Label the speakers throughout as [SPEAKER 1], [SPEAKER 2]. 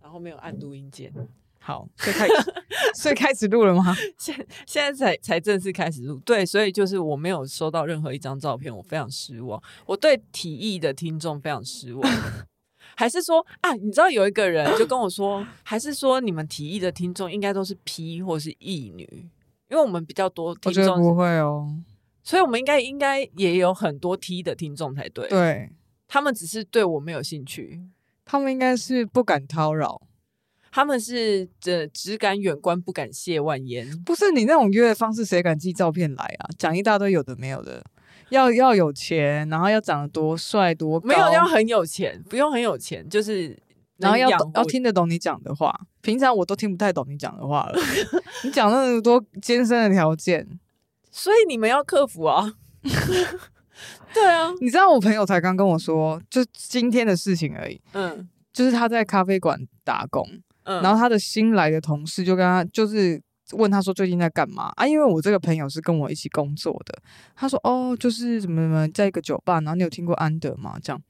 [SPEAKER 1] 后没有按录音键。 好，
[SPEAKER 2] 所 以开始，所以开始录了吗？
[SPEAKER 1] 现现在才才正式开始录，对，所以就是我没有收到任何一张照片，我非常失望。我对提议的听众非常失 望。还是说啊，你知道有一个人就跟我说，还是说你们提议的听众应该都是 P 或是异女，因为我们比较多
[SPEAKER 2] 我
[SPEAKER 1] 听
[SPEAKER 2] 觉得不
[SPEAKER 1] 众，
[SPEAKER 2] 会哦。
[SPEAKER 1] 所以我们应该应该也有很多 T 的听众才对。
[SPEAKER 2] 对
[SPEAKER 1] 他们只是对我没有兴趣，
[SPEAKER 2] 他们应该是不敢叨扰，
[SPEAKER 1] 他们是这只敢远观不敢亵玩焉。
[SPEAKER 2] 不是你那种约的方式，谁敢寄照片来啊？讲一大堆有的没有的，要要有钱，然后要长得多帅多高，
[SPEAKER 1] 没有要很有钱，不用很有钱，就是
[SPEAKER 2] 然后要
[SPEAKER 1] 能养
[SPEAKER 2] 懂要
[SPEAKER 1] 活
[SPEAKER 2] 听得懂你讲的话。平常我都听不太懂你讲的 话了，你讲那么多艰深的条件，
[SPEAKER 1] 所以你们要克服 啊。对啊，
[SPEAKER 2] 你知道我朋友才刚跟我说，就今天的事情而已，
[SPEAKER 1] 嗯
[SPEAKER 2] 就是他在咖啡馆打工，
[SPEAKER 1] 嗯，
[SPEAKER 2] 然
[SPEAKER 1] 后
[SPEAKER 2] 后他的新来的同事就跟他就是问他说最近在干嘛啊？因为我这个朋友是跟我一起工作的，他说哦，就是什么什么在一个酒吧，然后你有听过安德吗？这样，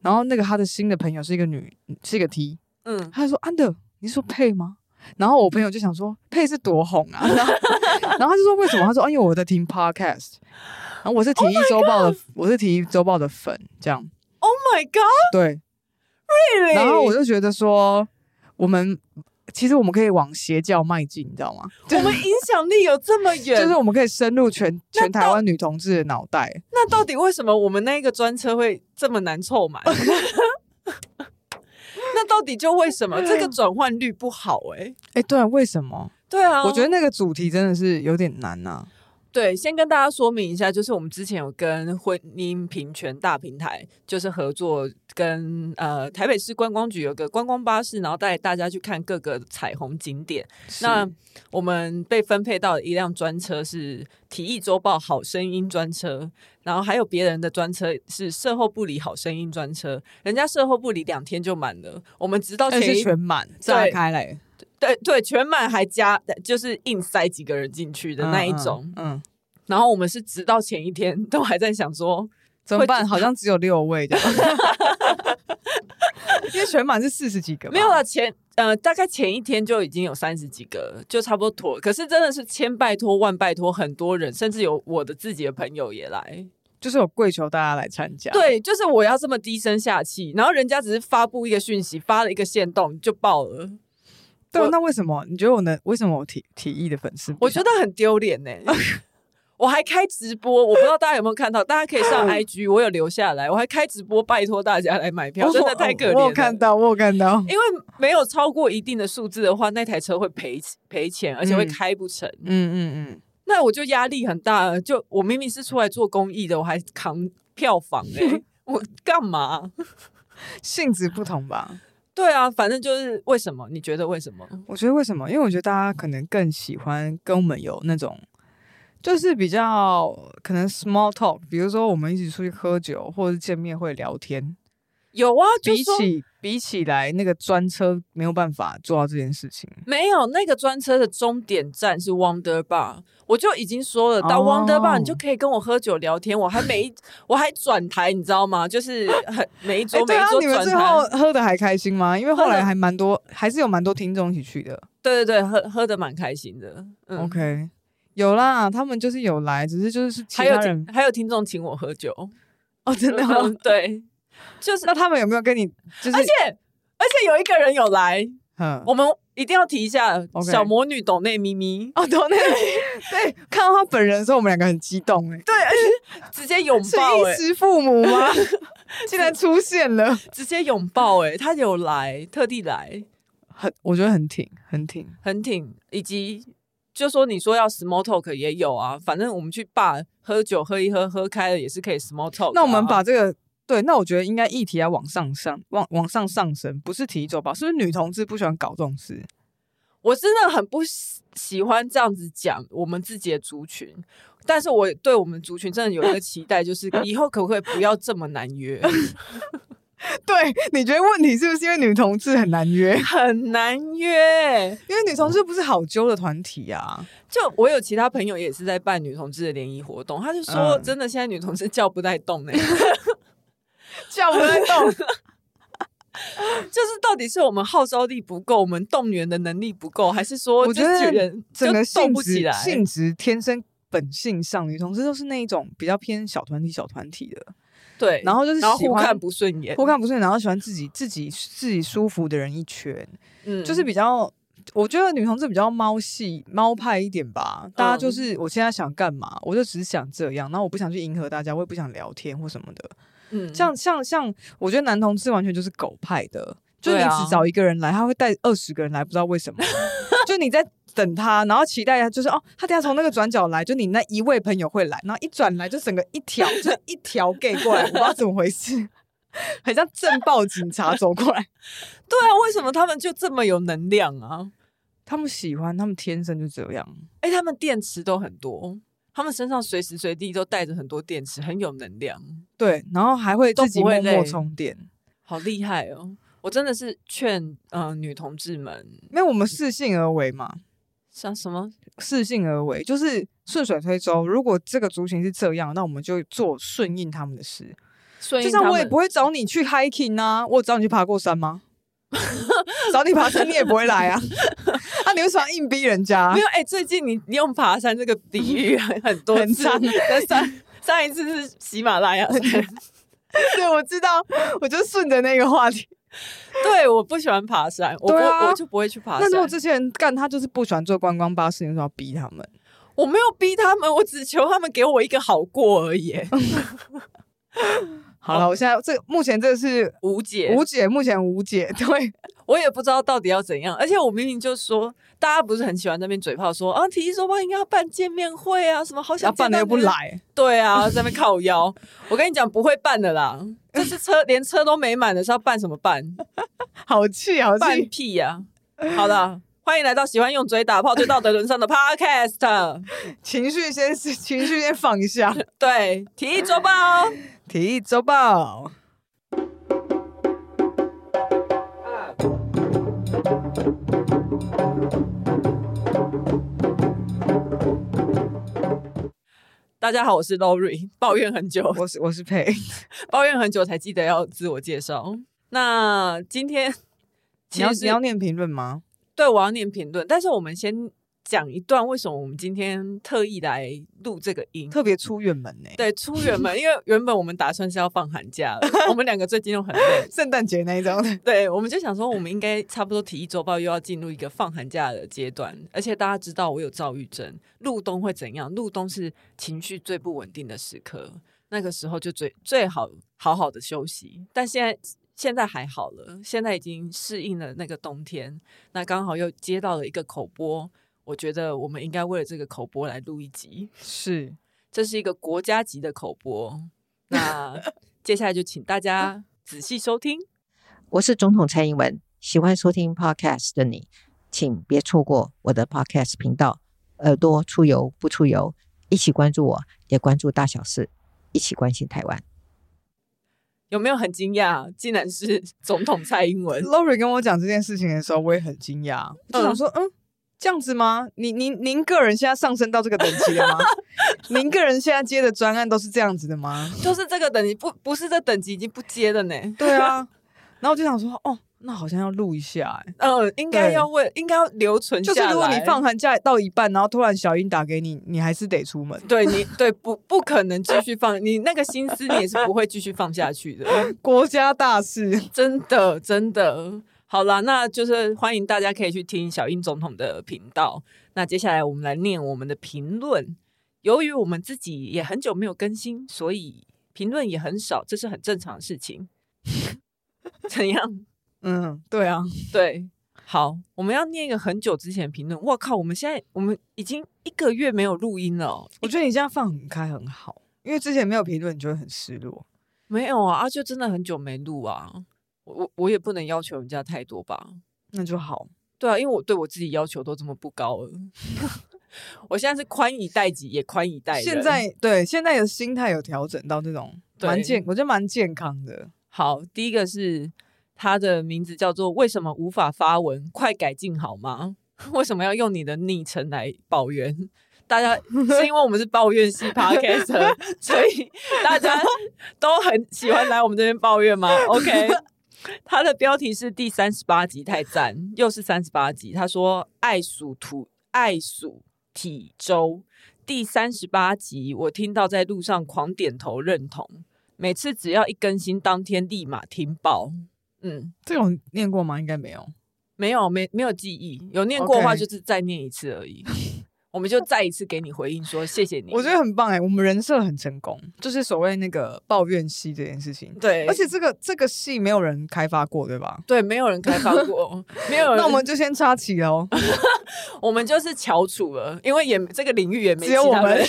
[SPEAKER 2] 然后那个他的新的朋友是一个女，是一个 T，
[SPEAKER 1] 嗯，
[SPEAKER 2] 他就说安德，你是说配吗？然后我朋友就想说配是多红啊， 然后然后他就说为什么？他说、啊、因为我在听 podcast，然后我是体育周报的我是体育周报的粉，这样
[SPEAKER 1] Oh my God！欸
[SPEAKER 2] 对。然后我就觉得说，我们其实我们可以往邪教迈进，你知道吗？就
[SPEAKER 1] 我们影响力有这么远，
[SPEAKER 2] 就是我们可以深入全
[SPEAKER 1] 那
[SPEAKER 2] 全台
[SPEAKER 1] 到
[SPEAKER 2] 湾女同志的脑袋。
[SPEAKER 1] 那到底为什么我们那一个专车会这么难凑 满？那到底就为什么这个转换率不好、欸？哎，
[SPEAKER 2] 哎，对啊，为什么？
[SPEAKER 1] 对啊，
[SPEAKER 2] 我觉得那个主题真的是有点难啊呐、
[SPEAKER 1] 对，先跟大家说明一下，就是我们之前有跟婚姻平权大平台，就是合作跟呃台北市观光局有个观光巴士，然后带大家去看各个彩虹景点。那
[SPEAKER 2] 是
[SPEAKER 1] 我们被分配到的一辆专车是《体育周报》好声音专车，然后还有别人的专车是售后部里好声音专车，人家售后部里两天就满了，我们直到
[SPEAKER 2] 而
[SPEAKER 1] 前
[SPEAKER 2] 且
[SPEAKER 1] 一
[SPEAKER 2] 是全满炸开来
[SPEAKER 1] 对对全满还加就是硬塞几个人进去的那一种。
[SPEAKER 2] 嗯，嗯嗯
[SPEAKER 1] 然后我们是直到前一天都还在想说，
[SPEAKER 2] 怎么
[SPEAKER 1] 会
[SPEAKER 2] 办？好像只有六位这样， 因为全满是四十几个吧，
[SPEAKER 1] 没有了前呃大概前一天就已经有三十几个了，就差不多妥。可是真的是千拜托万拜托，很多人甚至有我的自己的朋友也来。
[SPEAKER 2] 就是有跪求大家来参加。，
[SPEAKER 1] 对，就是我要这么低声下气，然后人家只是发布一个讯息，发了一个线动就爆了，
[SPEAKER 2] 对啊，
[SPEAKER 1] 我
[SPEAKER 2] 那为什么你觉得我能？为什么我提提议的粉丝不
[SPEAKER 1] 我觉得很丢脸 呢。我还开直播，我不知道大家有没有看到，大家可以上 IG，我有留下来，我还开直播，拜托大家来买票，
[SPEAKER 2] 我
[SPEAKER 1] 真的太可怜了。
[SPEAKER 2] 我有看到，我有看到。
[SPEAKER 1] 因为没有超过一定的数字的话，那台车会赔赔钱，而且会开不成。
[SPEAKER 2] 嗯嗯
[SPEAKER 1] 那我就压力很大了。就我明明是出来做公益的，我还扛票 房哎、我干嘛？
[SPEAKER 2] 嗯，性质不同吧？
[SPEAKER 1] 对啊，反正就是为什么？你觉得为什么？
[SPEAKER 2] 我觉得为什么？因为我觉得大家可能更喜欢跟我们有那种，就是比较可能 small talk，比如说我们一起出去喝酒，或者是见面会聊天。
[SPEAKER 1] 有啊，就
[SPEAKER 2] 比
[SPEAKER 1] 说
[SPEAKER 2] 起比起来，那个专车没有办法做到这件事情。
[SPEAKER 1] 没有那个专车的终点站是 Wonder Bar，我就已经说了，到
[SPEAKER 2] 哦
[SPEAKER 1] Wonder Bar 你就可以跟我喝酒聊天。我还每一我还转台，你知道吗？就是很每一
[SPEAKER 2] 哎
[SPEAKER 1] 桌、每
[SPEAKER 2] 对
[SPEAKER 1] 一
[SPEAKER 2] 啊，
[SPEAKER 1] 桌
[SPEAKER 2] 你们
[SPEAKER 1] 转
[SPEAKER 2] 最
[SPEAKER 1] 台。
[SPEAKER 2] 后喝的还开心吗？因为后
[SPEAKER 1] 喝得
[SPEAKER 2] 来还蛮多，还是有蛮多听众一起去的。
[SPEAKER 1] 对对对，喝喝的蛮开心的。嗯
[SPEAKER 2] OK，有啦，他们就是有来，只是就是其
[SPEAKER 1] 还有
[SPEAKER 2] 他
[SPEAKER 1] 听
[SPEAKER 2] 人
[SPEAKER 1] 还有听众请我喝酒，
[SPEAKER 2] 哦， 真的、哦。
[SPEAKER 1] 对，就是
[SPEAKER 2] 那他们有没有跟你就是
[SPEAKER 1] 而且而且有一个人有来，
[SPEAKER 2] 嗯
[SPEAKER 1] 我们一定要提一下
[SPEAKER 2] OK
[SPEAKER 1] 小魔女董内咪咪，
[SPEAKER 2] 哦，懂那 对，看到他本人的时候，我们两个很激动哎、
[SPEAKER 1] 直接拥
[SPEAKER 2] 是
[SPEAKER 1] 抱哎、
[SPEAKER 2] 衣食父母吗？欸 竟然出现了，
[SPEAKER 1] 直接拥抱哎、她有来，特地来，
[SPEAKER 2] 很我觉得很挺，很挺。
[SPEAKER 1] 很挺，以及。就说你说要 small talk 也有啊，反正我们去爸喝酒喝一喝，喝开了也是可以 small talk 啊、
[SPEAKER 2] 那我们把这个对，那我觉得应该议题要往上上，往往上上升，不是提走吧？是不是女同志不喜欢搞这种事？
[SPEAKER 1] 我真的很不喜喜欢这样子讲我们自己的族群，但是我对我们族群真的有一个期待，就是以后可不可以不要这么难约，
[SPEAKER 2] 对，你觉得问题是不是因为女同志 很难约？
[SPEAKER 1] 很难约。
[SPEAKER 2] 因为女同志不是好揪的团体啊，
[SPEAKER 1] 就我有其他朋友也是在办女同志的联谊活动，他就说
[SPEAKER 2] 嗯
[SPEAKER 1] 真欸的现在女同志叫不太动呢、
[SPEAKER 2] 叫不太动。
[SPEAKER 1] 就是到底是我们号召力不够，我们动员的能力不够，还是说
[SPEAKER 2] 我觉得
[SPEAKER 1] 就是人
[SPEAKER 2] 整个
[SPEAKER 1] 就动
[SPEAKER 2] 性
[SPEAKER 1] 不起
[SPEAKER 2] 质
[SPEAKER 1] 来？
[SPEAKER 2] 性质天生本性上，女同志都是那一种比较偏小团体小团体的，
[SPEAKER 1] 对，
[SPEAKER 2] 然后就是
[SPEAKER 1] 然后
[SPEAKER 2] 喜
[SPEAKER 1] 互
[SPEAKER 2] 欢
[SPEAKER 1] 看不顺眼，
[SPEAKER 2] 互看不顺眼，然后喜欢自己自己自己舒服的人一圈，
[SPEAKER 1] 嗯
[SPEAKER 2] 就是比较。我觉得女同志比较猫系猫派一点吧，大家就是我现在想干嘛，我就只想这样，然后我不想去迎合大家，我也不想聊天或什么的。
[SPEAKER 1] 嗯
[SPEAKER 2] 像像像，我觉得男同志完全就是狗派的，就你
[SPEAKER 1] 对啊
[SPEAKER 2] 只找一个人来，他会带二十个人来，不知道为什 么。就你在等他，然后期待他，就是哦，他等下从那个转角来，就你那一位朋友会来，然后一转来就整个一条就一条 gay 过来，我不知道怎么回事， 很像镇暴警察走过来。
[SPEAKER 1] 对啊，为什么他们就这么有能量啊？
[SPEAKER 2] 他们喜欢，他们天生就这样。
[SPEAKER 1] 哎、他们电池都很多，他们身上随时随地都带着很多电池，很有能量，
[SPEAKER 2] 对，然后还会
[SPEAKER 1] 都
[SPEAKER 2] 自己
[SPEAKER 1] 不会
[SPEAKER 2] 默默
[SPEAKER 1] 累
[SPEAKER 2] 充电。
[SPEAKER 1] 好厉害哦！我真的是劝呃女同志们，
[SPEAKER 2] 因为我们适性而为嘛，
[SPEAKER 1] 像什么
[SPEAKER 2] 适性而为，就是顺水推舟。如果这个族群是这样，那我们就做顺应他们的事。
[SPEAKER 1] 顺应
[SPEAKER 2] 就像
[SPEAKER 1] 他
[SPEAKER 2] 我也
[SPEAKER 1] 们
[SPEAKER 2] 不会找你去 hiking 啊，我有找你去爬过山吗？找你爬山你也不会来 啊，啊，你为什么要硬逼人家
[SPEAKER 1] 没？有哎、最近你你用爬山这个比喻很很多
[SPEAKER 2] 很
[SPEAKER 1] 次
[SPEAKER 2] 长，
[SPEAKER 1] 但上上一次是喜马拉雅山，
[SPEAKER 2] 对，我知道，我就顺着那个话题。
[SPEAKER 1] 对，我不喜欢爬山，我不、
[SPEAKER 2] 对啊
[SPEAKER 1] 我就不会去爬山。
[SPEAKER 2] 那如果这些人干，他就是不喜欢做观光巴士，你为什么要逼他们？
[SPEAKER 1] 我没有逼他们，我只求他们给我一个好过而已。
[SPEAKER 2] 嗯好了，我现在这目前这个是
[SPEAKER 1] 无解，
[SPEAKER 2] 哦无解，目前无解。 对，
[SPEAKER 1] 我也不知道到底要怎样。而且我明明就说，大家不是很喜欢那边嘴炮说啊，体育周吧应该要办见面会啊，什么好
[SPEAKER 2] 然
[SPEAKER 1] 想
[SPEAKER 2] 后办
[SPEAKER 1] 见到
[SPEAKER 2] 的又不
[SPEAKER 1] 你啊。
[SPEAKER 2] 来，
[SPEAKER 1] 对啊，在那边靠腰。我跟你讲，不会办的啦。这次车连车都没满的是要办什么办？
[SPEAKER 2] 好气，好
[SPEAKER 1] 办
[SPEAKER 2] 气。
[SPEAKER 1] 屁呀、好了，欢迎来到喜欢用嘴打炮就道德沦丧的 Podcast。
[SPEAKER 2] 情绪先 情绪先放下。
[SPEAKER 1] 对，体育周报哦。
[SPEAKER 2] 体育周报。
[SPEAKER 1] 大家好，我是 Lori，抱怨很久，
[SPEAKER 2] 我是我是佩，
[SPEAKER 1] 抱怨很久才记得要自我介绍。那今天
[SPEAKER 2] 你要
[SPEAKER 1] 其实
[SPEAKER 2] 你要念评论吗？
[SPEAKER 1] 对，我要念评论，但是我们先讲一段为什么我们今天特意来录这个音。
[SPEAKER 2] 特别出远门呢、
[SPEAKER 1] 对，出远门，因为原本我们打算是要放寒假了，我们两个最近都很累，
[SPEAKER 2] 圣诞节那一张，
[SPEAKER 1] 对，我们就想说，我们应该差不多体育周报又要进入一个放寒假的阶段，而且大家知道我有躁郁症，入冬会怎样？入冬是情绪最不稳定的时刻，那个时候就最最好好好的休息。但现在现在还好了，现在已经适应了那个冬天。那刚好又接到了一个口播，我觉得我们应该为了这个口播来录一集，
[SPEAKER 2] 是
[SPEAKER 1] 这是一个国家级的口播。那接下来就请大家仔细收听。
[SPEAKER 3] 我是总统蔡英文，喜欢收听 podcast 的你，请别错过我的 podcast 频道。耳朵出游不出游，一起关注我，也关注大小事，一起关心台湾。
[SPEAKER 1] 有没有很惊讶？竟然是总统蔡英 文，
[SPEAKER 2] Lori 跟我讲这件事情的时候，我也很惊讶，就想说，嗯，这样子吗？您您您个人现在上升到这个等级了吗？ 您个人现在接的专案都是这样子的吗？
[SPEAKER 1] 就是这个等级不不是这等级已经不接了呢。
[SPEAKER 2] 对啊，然后我就想说，哦，那好像要录一下、欸，
[SPEAKER 1] 嗯，应该
[SPEAKER 2] 对
[SPEAKER 1] 要问，应该要留存
[SPEAKER 2] 就是
[SPEAKER 1] 下
[SPEAKER 2] 如果你
[SPEAKER 1] 来
[SPEAKER 2] 放寒假到一半，然后突然小英打给你，你还是得出门。
[SPEAKER 1] 对你对不不可能继续放，你那个心思你也是不会继续放下去的，
[SPEAKER 2] 国家大事，
[SPEAKER 1] 真的真的。好啦，那就是欢迎大家可以去听小英总统的频道。那接下来我们来念我们的评论。由于我们自己也很久没有更新，所以评论也很少，这是很正常的事情。 怎样？
[SPEAKER 2] 嗯，对啊，
[SPEAKER 1] 对，好，我们要念一个很久之前的评论。我靠，我们现在我们已经一个月没有录音了哦、
[SPEAKER 2] 我觉得你这样放很开很好，因为之前没有评论，你就会很失落。
[SPEAKER 1] 没有啊，啊就真的很久没录啊。我我我也不能要求人家太多吧？
[SPEAKER 2] 那就好，
[SPEAKER 1] 对啊，因为我对我自己要求都这么不高了。 我现在是宽以待己，也宽以待人。
[SPEAKER 2] 现在对现在的心态有调整到这种
[SPEAKER 1] 对
[SPEAKER 2] 蛮健，我觉得蛮健康的。
[SPEAKER 1] 好，第一个是他的名字叫做“为什么无法发文？快改进好吗？” 为什么要用你的昵称来抱怨？大家是因为我们是抱怨系 podcast，所以大家都很喜欢来我们这边抱怨吗？OK，他的标题是第三十八集，太赞，又是三十八集。他说爱属土，爱属体周。第三十八集，我听到在路上狂点头认同，每次只要一更新，当天立马听爆。嗯，
[SPEAKER 2] 这种念过吗？应该没有。
[SPEAKER 1] 没有，没没有记忆，有念过的话
[SPEAKER 2] OK
[SPEAKER 1] 就是再念一次而已。 我们就再一次给你回应说谢谢你。
[SPEAKER 2] 我觉得很棒哎、我们人设很成功，就是所谓那个抱怨系这件事情。
[SPEAKER 1] 对，
[SPEAKER 2] 而且这个这个系没有人开发过，对吧？
[SPEAKER 1] 对，没有人开放过，没有人。
[SPEAKER 2] 那我们就先插旗哦，
[SPEAKER 1] 我们就是翘楚了，因为也这个领域也没
[SPEAKER 2] 只有
[SPEAKER 1] 其他
[SPEAKER 2] 我们
[SPEAKER 1] 人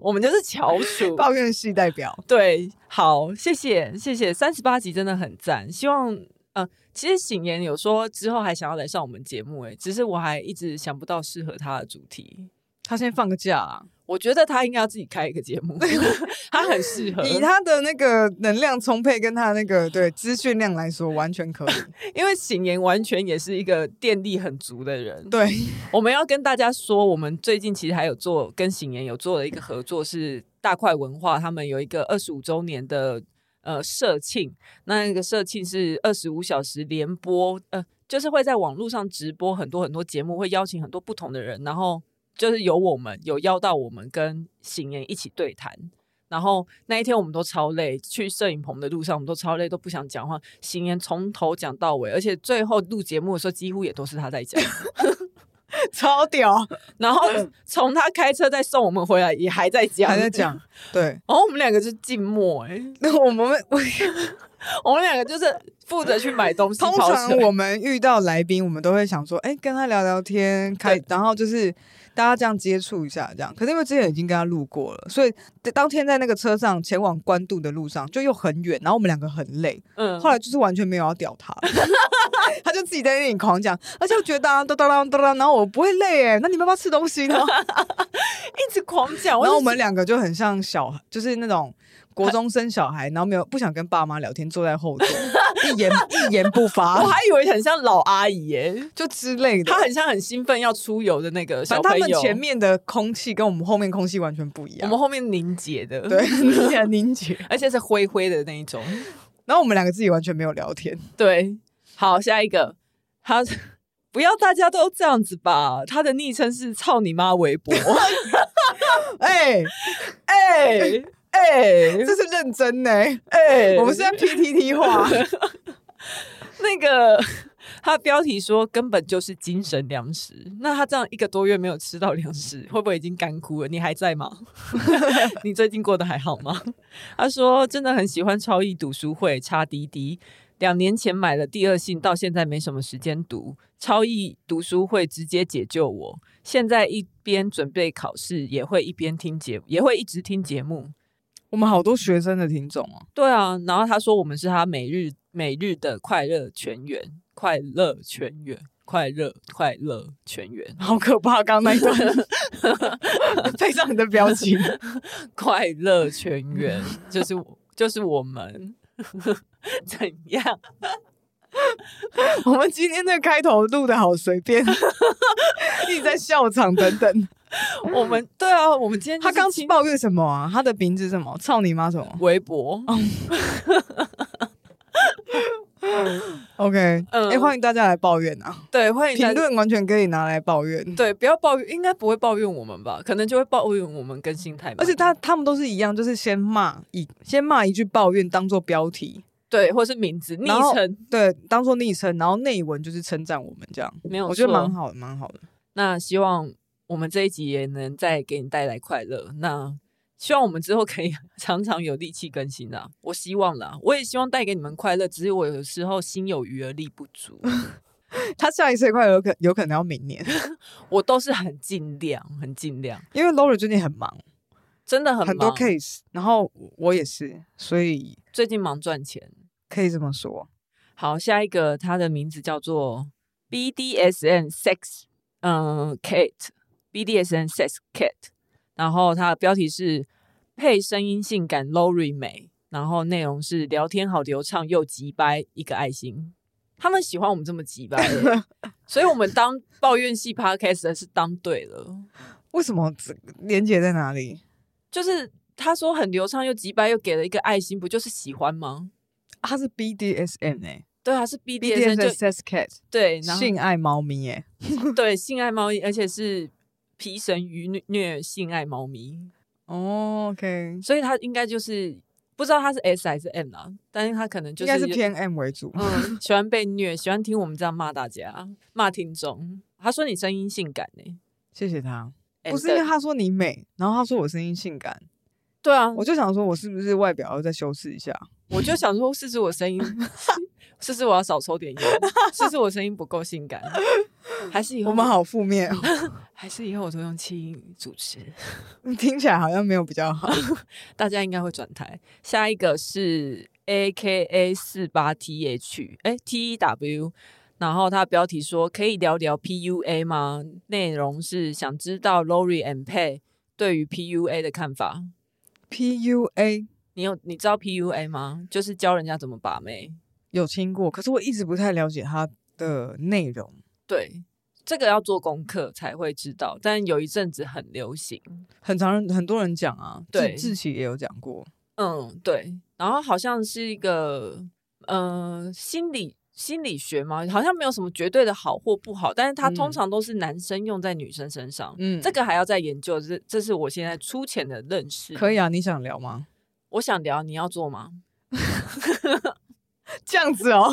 [SPEAKER 1] 我们就是翘 楚。
[SPEAKER 2] 抱怨系代 表。
[SPEAKER 1] 对，好，谢谢谢谢，三十八集真的很赞，希望。呃，其实醒言有说之后还想要来上我们节目、欸，只是我还一直想不到适合他的主题。
[SPEAKER 2] 他先放个假、啊，
[SPEAKER 1] 我觉得他应该要自己开一个节 目，他很适合，
[SPEAKER 2] 以他的那个能量充沛跟他那个对资讯量来说，完全可 以。
[SPEAKER 1] 因为醒言完全也是一个电力很足的人。
[SPEAKER 2] 对，
[SPEAKER 1] 我们要跟大家说，我们最近其实还有做跟醒言有做了一个合作，是大块文化，他们有一个二十五周年的呃社庆，那那个社庆是二十五小时连播，呃，就是会在网络上直播很多很多节目，会邀请很多不同的人，然后就是有我们有邀到我们跟醒言一起对谈。然后那一天我们都超累，去摄影棚的路上我们都超累，都不想讲话。醒言从头讲到尾，而且最后录节目的时候几乎也都是他在讲。
[SPEAKER 2] 超屌，
[SPEAKER 1] 然后从他开车再送我们回来，也还在讲，
[SPEAKER 2] 嗯还在 讲。对，
[SPEAKER 1] 然后我们两个就静默、欸，
[SPEAKER 2] 那我们我
[SPEAKER 1] 我们两个就是负责去买东西，
[SPEAKER 2] 通
[SPEAKER 1] 跑
[SPEAKER 2] 常
[SPEAKER 1] 腿
[SPEAKER 2] 我们遇到来宾，我们都会想说，哎、跟他聊聊天，开
[SPEAKER 1] 对，
[SPEAKER 2] 然后就是大家这样接触一下，这样。可是因为之前已经跟他路过了，所以当天在那个车上前往关渡的路上，就又很远，然后我们两个很累，
[SPEAKER 1] 嗯，
[SPEAKER 2] 后来就是完全没有要屌他， 他就自己在那里狂讲，而且我觉得啊，哒哒哒哒哒，然后我不会累哎，那你们要不要吃东西呢？然
[SPEAKER 1] 一直狂讲，
[SPEAKER 2] 后
[SPEAKER 1] 就
[SPEAKER 2] 我们两个就很像小，就是那种国中生小孩，然后没有不想跟爸妈聊天，坐在后座，一言一言不发
[SPEAKER 1] 我，还以为很像老阿姨耶、
[SPEAKER 2] 就之类的。
[SPEAKER 1] 她很像很兴奋要出游的那个
[SPEAKER 2] 反
[SPEAKER 1] 小
[SPEAKER 2] 正他
[SPEAKER 1] 朋
[SPEAKER 2] 们
[SPEAKER 1] 友，
[SPEAKER 2] 前面的空气跟我们后面空气完全不一
[SPEAKER 1] 我
[SPEAKER 2] 样
[SPEAKER 1] 们。后面凝结的，
[SPEAKER 2] 对，，你想凝结。
[SPEAKER 1] 而且是灰灰的那一 种，
[SPEAKER 2] 然后我们两个自己完全没有聊 天，
[SPEAKER 1] 对，好，下一个，他不要大家都这样子吧，他的昵称是操你妈微 博，
[SPEAKER 2] 哎、
[SPEAKER 1] 哎哎
[SPEAKER 2] 这是认真呢、
[SPEAKER 1] 哎，
[SPEAKER 2] 我们是在 PTT 化，
[SPEAKER 1] 那个他标题说根本就是精神粮食，那他这样一个多月没有吃到粮食，会不会已经干枯了？你还在吗？ 你最近过得还好吗？ 他说真的很喜欢超易读书会，插滴滴。两年前买了第二性，到现在没什么时间读。超易读书会直接解救我，现在一边准备考试，也会一边听节，也会一直听节目。
[SPEAKER 2] 我们好多学生的听众哦、
[SPEAKER 1] 对啊，然后他说我们是他每日每日的快乐全员，快乐全员，快乐快乐全员，
[SPEAKER 2] 好可怕！刚刚那 一段 配上你的表情，
[SPEAKER 1] 快乐全员，就是我就是我们 怎样？
[SPEAKER 2] 我们今天的开头录的好随 便，一直在笑场等等。
[SPEAKER 1] 我们对啊，我们今天就
[SPEAKER 2] 他
[SPEAKER 1] 是
[SPEAKER 2] 刚
[SPEAKER 1] 清
[SPEAKER 2] 抱怨什么啊？他的名字是什么？操你妈什么
[SPEAKER 1] 微博，
[SPEAKER 2] 哦？OK，哎、
[SPEAKER 1] 嗯
[SPEAKER 2] 欢迎大家来抱怨啊！
[SPEAKER 1] 对，欢迎大
[SPEAKER 2] 评
[SPEAKER 1] 家
[SPEAKER 2] 论完全可以拿来抱怨，
[SPEAKER 1] 对，不要抱怨，应该不会抱怨我们吧？可能就会抱怨我们更新太慢，
[SPEAKER 2] 而且他他们都是一样，就是先骂一先骂一句抱怨当做标题，
[SPEAKER 1] 对，或是名字昵
[SPEAKER 2] 然后
[SPEAKER 1] 称
[SPEAKER 2] 对，当做昵称，然后内文就是称赞我们这样，
[SPEAKER 1] 没有错，
[SPEAKER 2] 我觉得蛮好的，蛮好的。
[SPEAKER 1] 那希望我们这一集也能再给你带来快乐。那希望我们之后可以 常常有力气更新啦，我希望啦，我也希望带给你们快乐。只是我有时候心有余而力不足，
[SPEAKER 2] 他下一次的快乐有可有可能要明年，
[SPEAKER 1] 我都是很尽量，很尽量，
[SPEAKER 2] 因为 Laura 最近很忙。
[SPEAKER 1] 真的很
[SPEAKER 2] 很
[SPEAKER 1] 忙。
[SPEAKER 2] 多 case，然后我也是，所以
[SPEAKER 1] 最近忙赚钱。
[SPEAKER 2] 可以这么说。
[SPEAKER 1] 好，下一个，他的名字叫做 BDSN Sex，嗯，Kate，BDSN Sex Kate，然后它的标题是配声音性感 Lori 美，然后内容是聊天好流畅又急掰，一个爱心。他们喜欢我们这么急掰耶，所以我们当抱怨系 podcast 是当对了，
[SPEAKER 2] 为什么这连接在哪里
[SPEAKER 1] 就是他说很流畅又急掰，又给了一个爱心，不就是喜欢吗？
[SPEAKER 2] 他是 BDSM 哎、
[SPEAKER 1] 对啊，是 BDSM 就
[SPEAKER 2] BDSM sex cat
[SPEAKER 1] 对，然后
[SPEAKER 2] 性爱猫咪哎、
[SPEAKER 1] 对性爱猫咪，而且是皮神愚虐虐性爱猫咪，
[SPEAKER 2] 哦，OK，
[SPEAKER 1] 所以它应该就是不知道它是 S 还是 M 啦，但是它可能就
[SPEAKER 2] 应
[SPEAKER 1] 是
[SPEAKER 2] 该是
[SPEAKER 1] 有
[SPEAKER 2] 偏 M 为主。
[SPEAKER 1] 嗯，喜欢被虐，喜欢听我们这样骂大家，骂听众。他说你声音性感呢、
[SPEAKER 2] 谢谢他，
[SPEAKER 1] 欸
[SPEAKER 2] 不是因
[SPEAKER 1] 对
[SPEAKER 2] 为他说你美，然后他说我声音性感，
[SPEAKER 1] 对啊，我
[SPEAKER 2] 我就想说我是不是外表要再修饰一下？
[SPEAKER 1] 我就想说，试试我声音， 试试我要少抽点烟，试试我声音不够性感，还是以后
[SPEAKER 2] 我们，好负面哦，
[SPEAKER 1] 还是以后我都用气音主持，
[SPEAKER 2] 听起来好像没有比较好。
[SPEAKER 1] 大家应该会转台。下一个是 A K A 四八 T H 哎 T E W，然后它标题说可以聊聊 P U A 吗？内容是想知道 Lori and Pay 对于 P U A 的看法。
[SPEAKER 2] PUA
[SPEAKER 1] 你有你知道 PUA 吗？就是教人家怎么把妹。
[SPEAKER 2] 有听过，可是我一直不太了解它的内容。
[SPEAKER 1] 对，这个要做功课才会知道，但有一阵子很流行。
[SPEAKER 2] 很常人很多人讲啊，志
[SPEAKER 1] 对
[SPEAKER 2] 志奇也有讲过，
[SPEAKER 1] 嗯，对。然后好像是一个呃心理心理学嘛，好像没有什么绝对的好或不好，但是它通
[SPEAKER 2] 嗯
[SPEAKER 1] 常都是男生用在女生身上。
[SPEAKER 2] 嗯，
[SPEAKER 1] 这个还要再研究，这这是我现在粗浅的认识。
[SPEAKER 2] 可
[SPEAKER 1] 以，
[SPEAKER 2] 以啊，你想聊吗？
[SPEAKER 1] 我想聊，你要做吗？
[SPEAKER 2] 这样子 哦，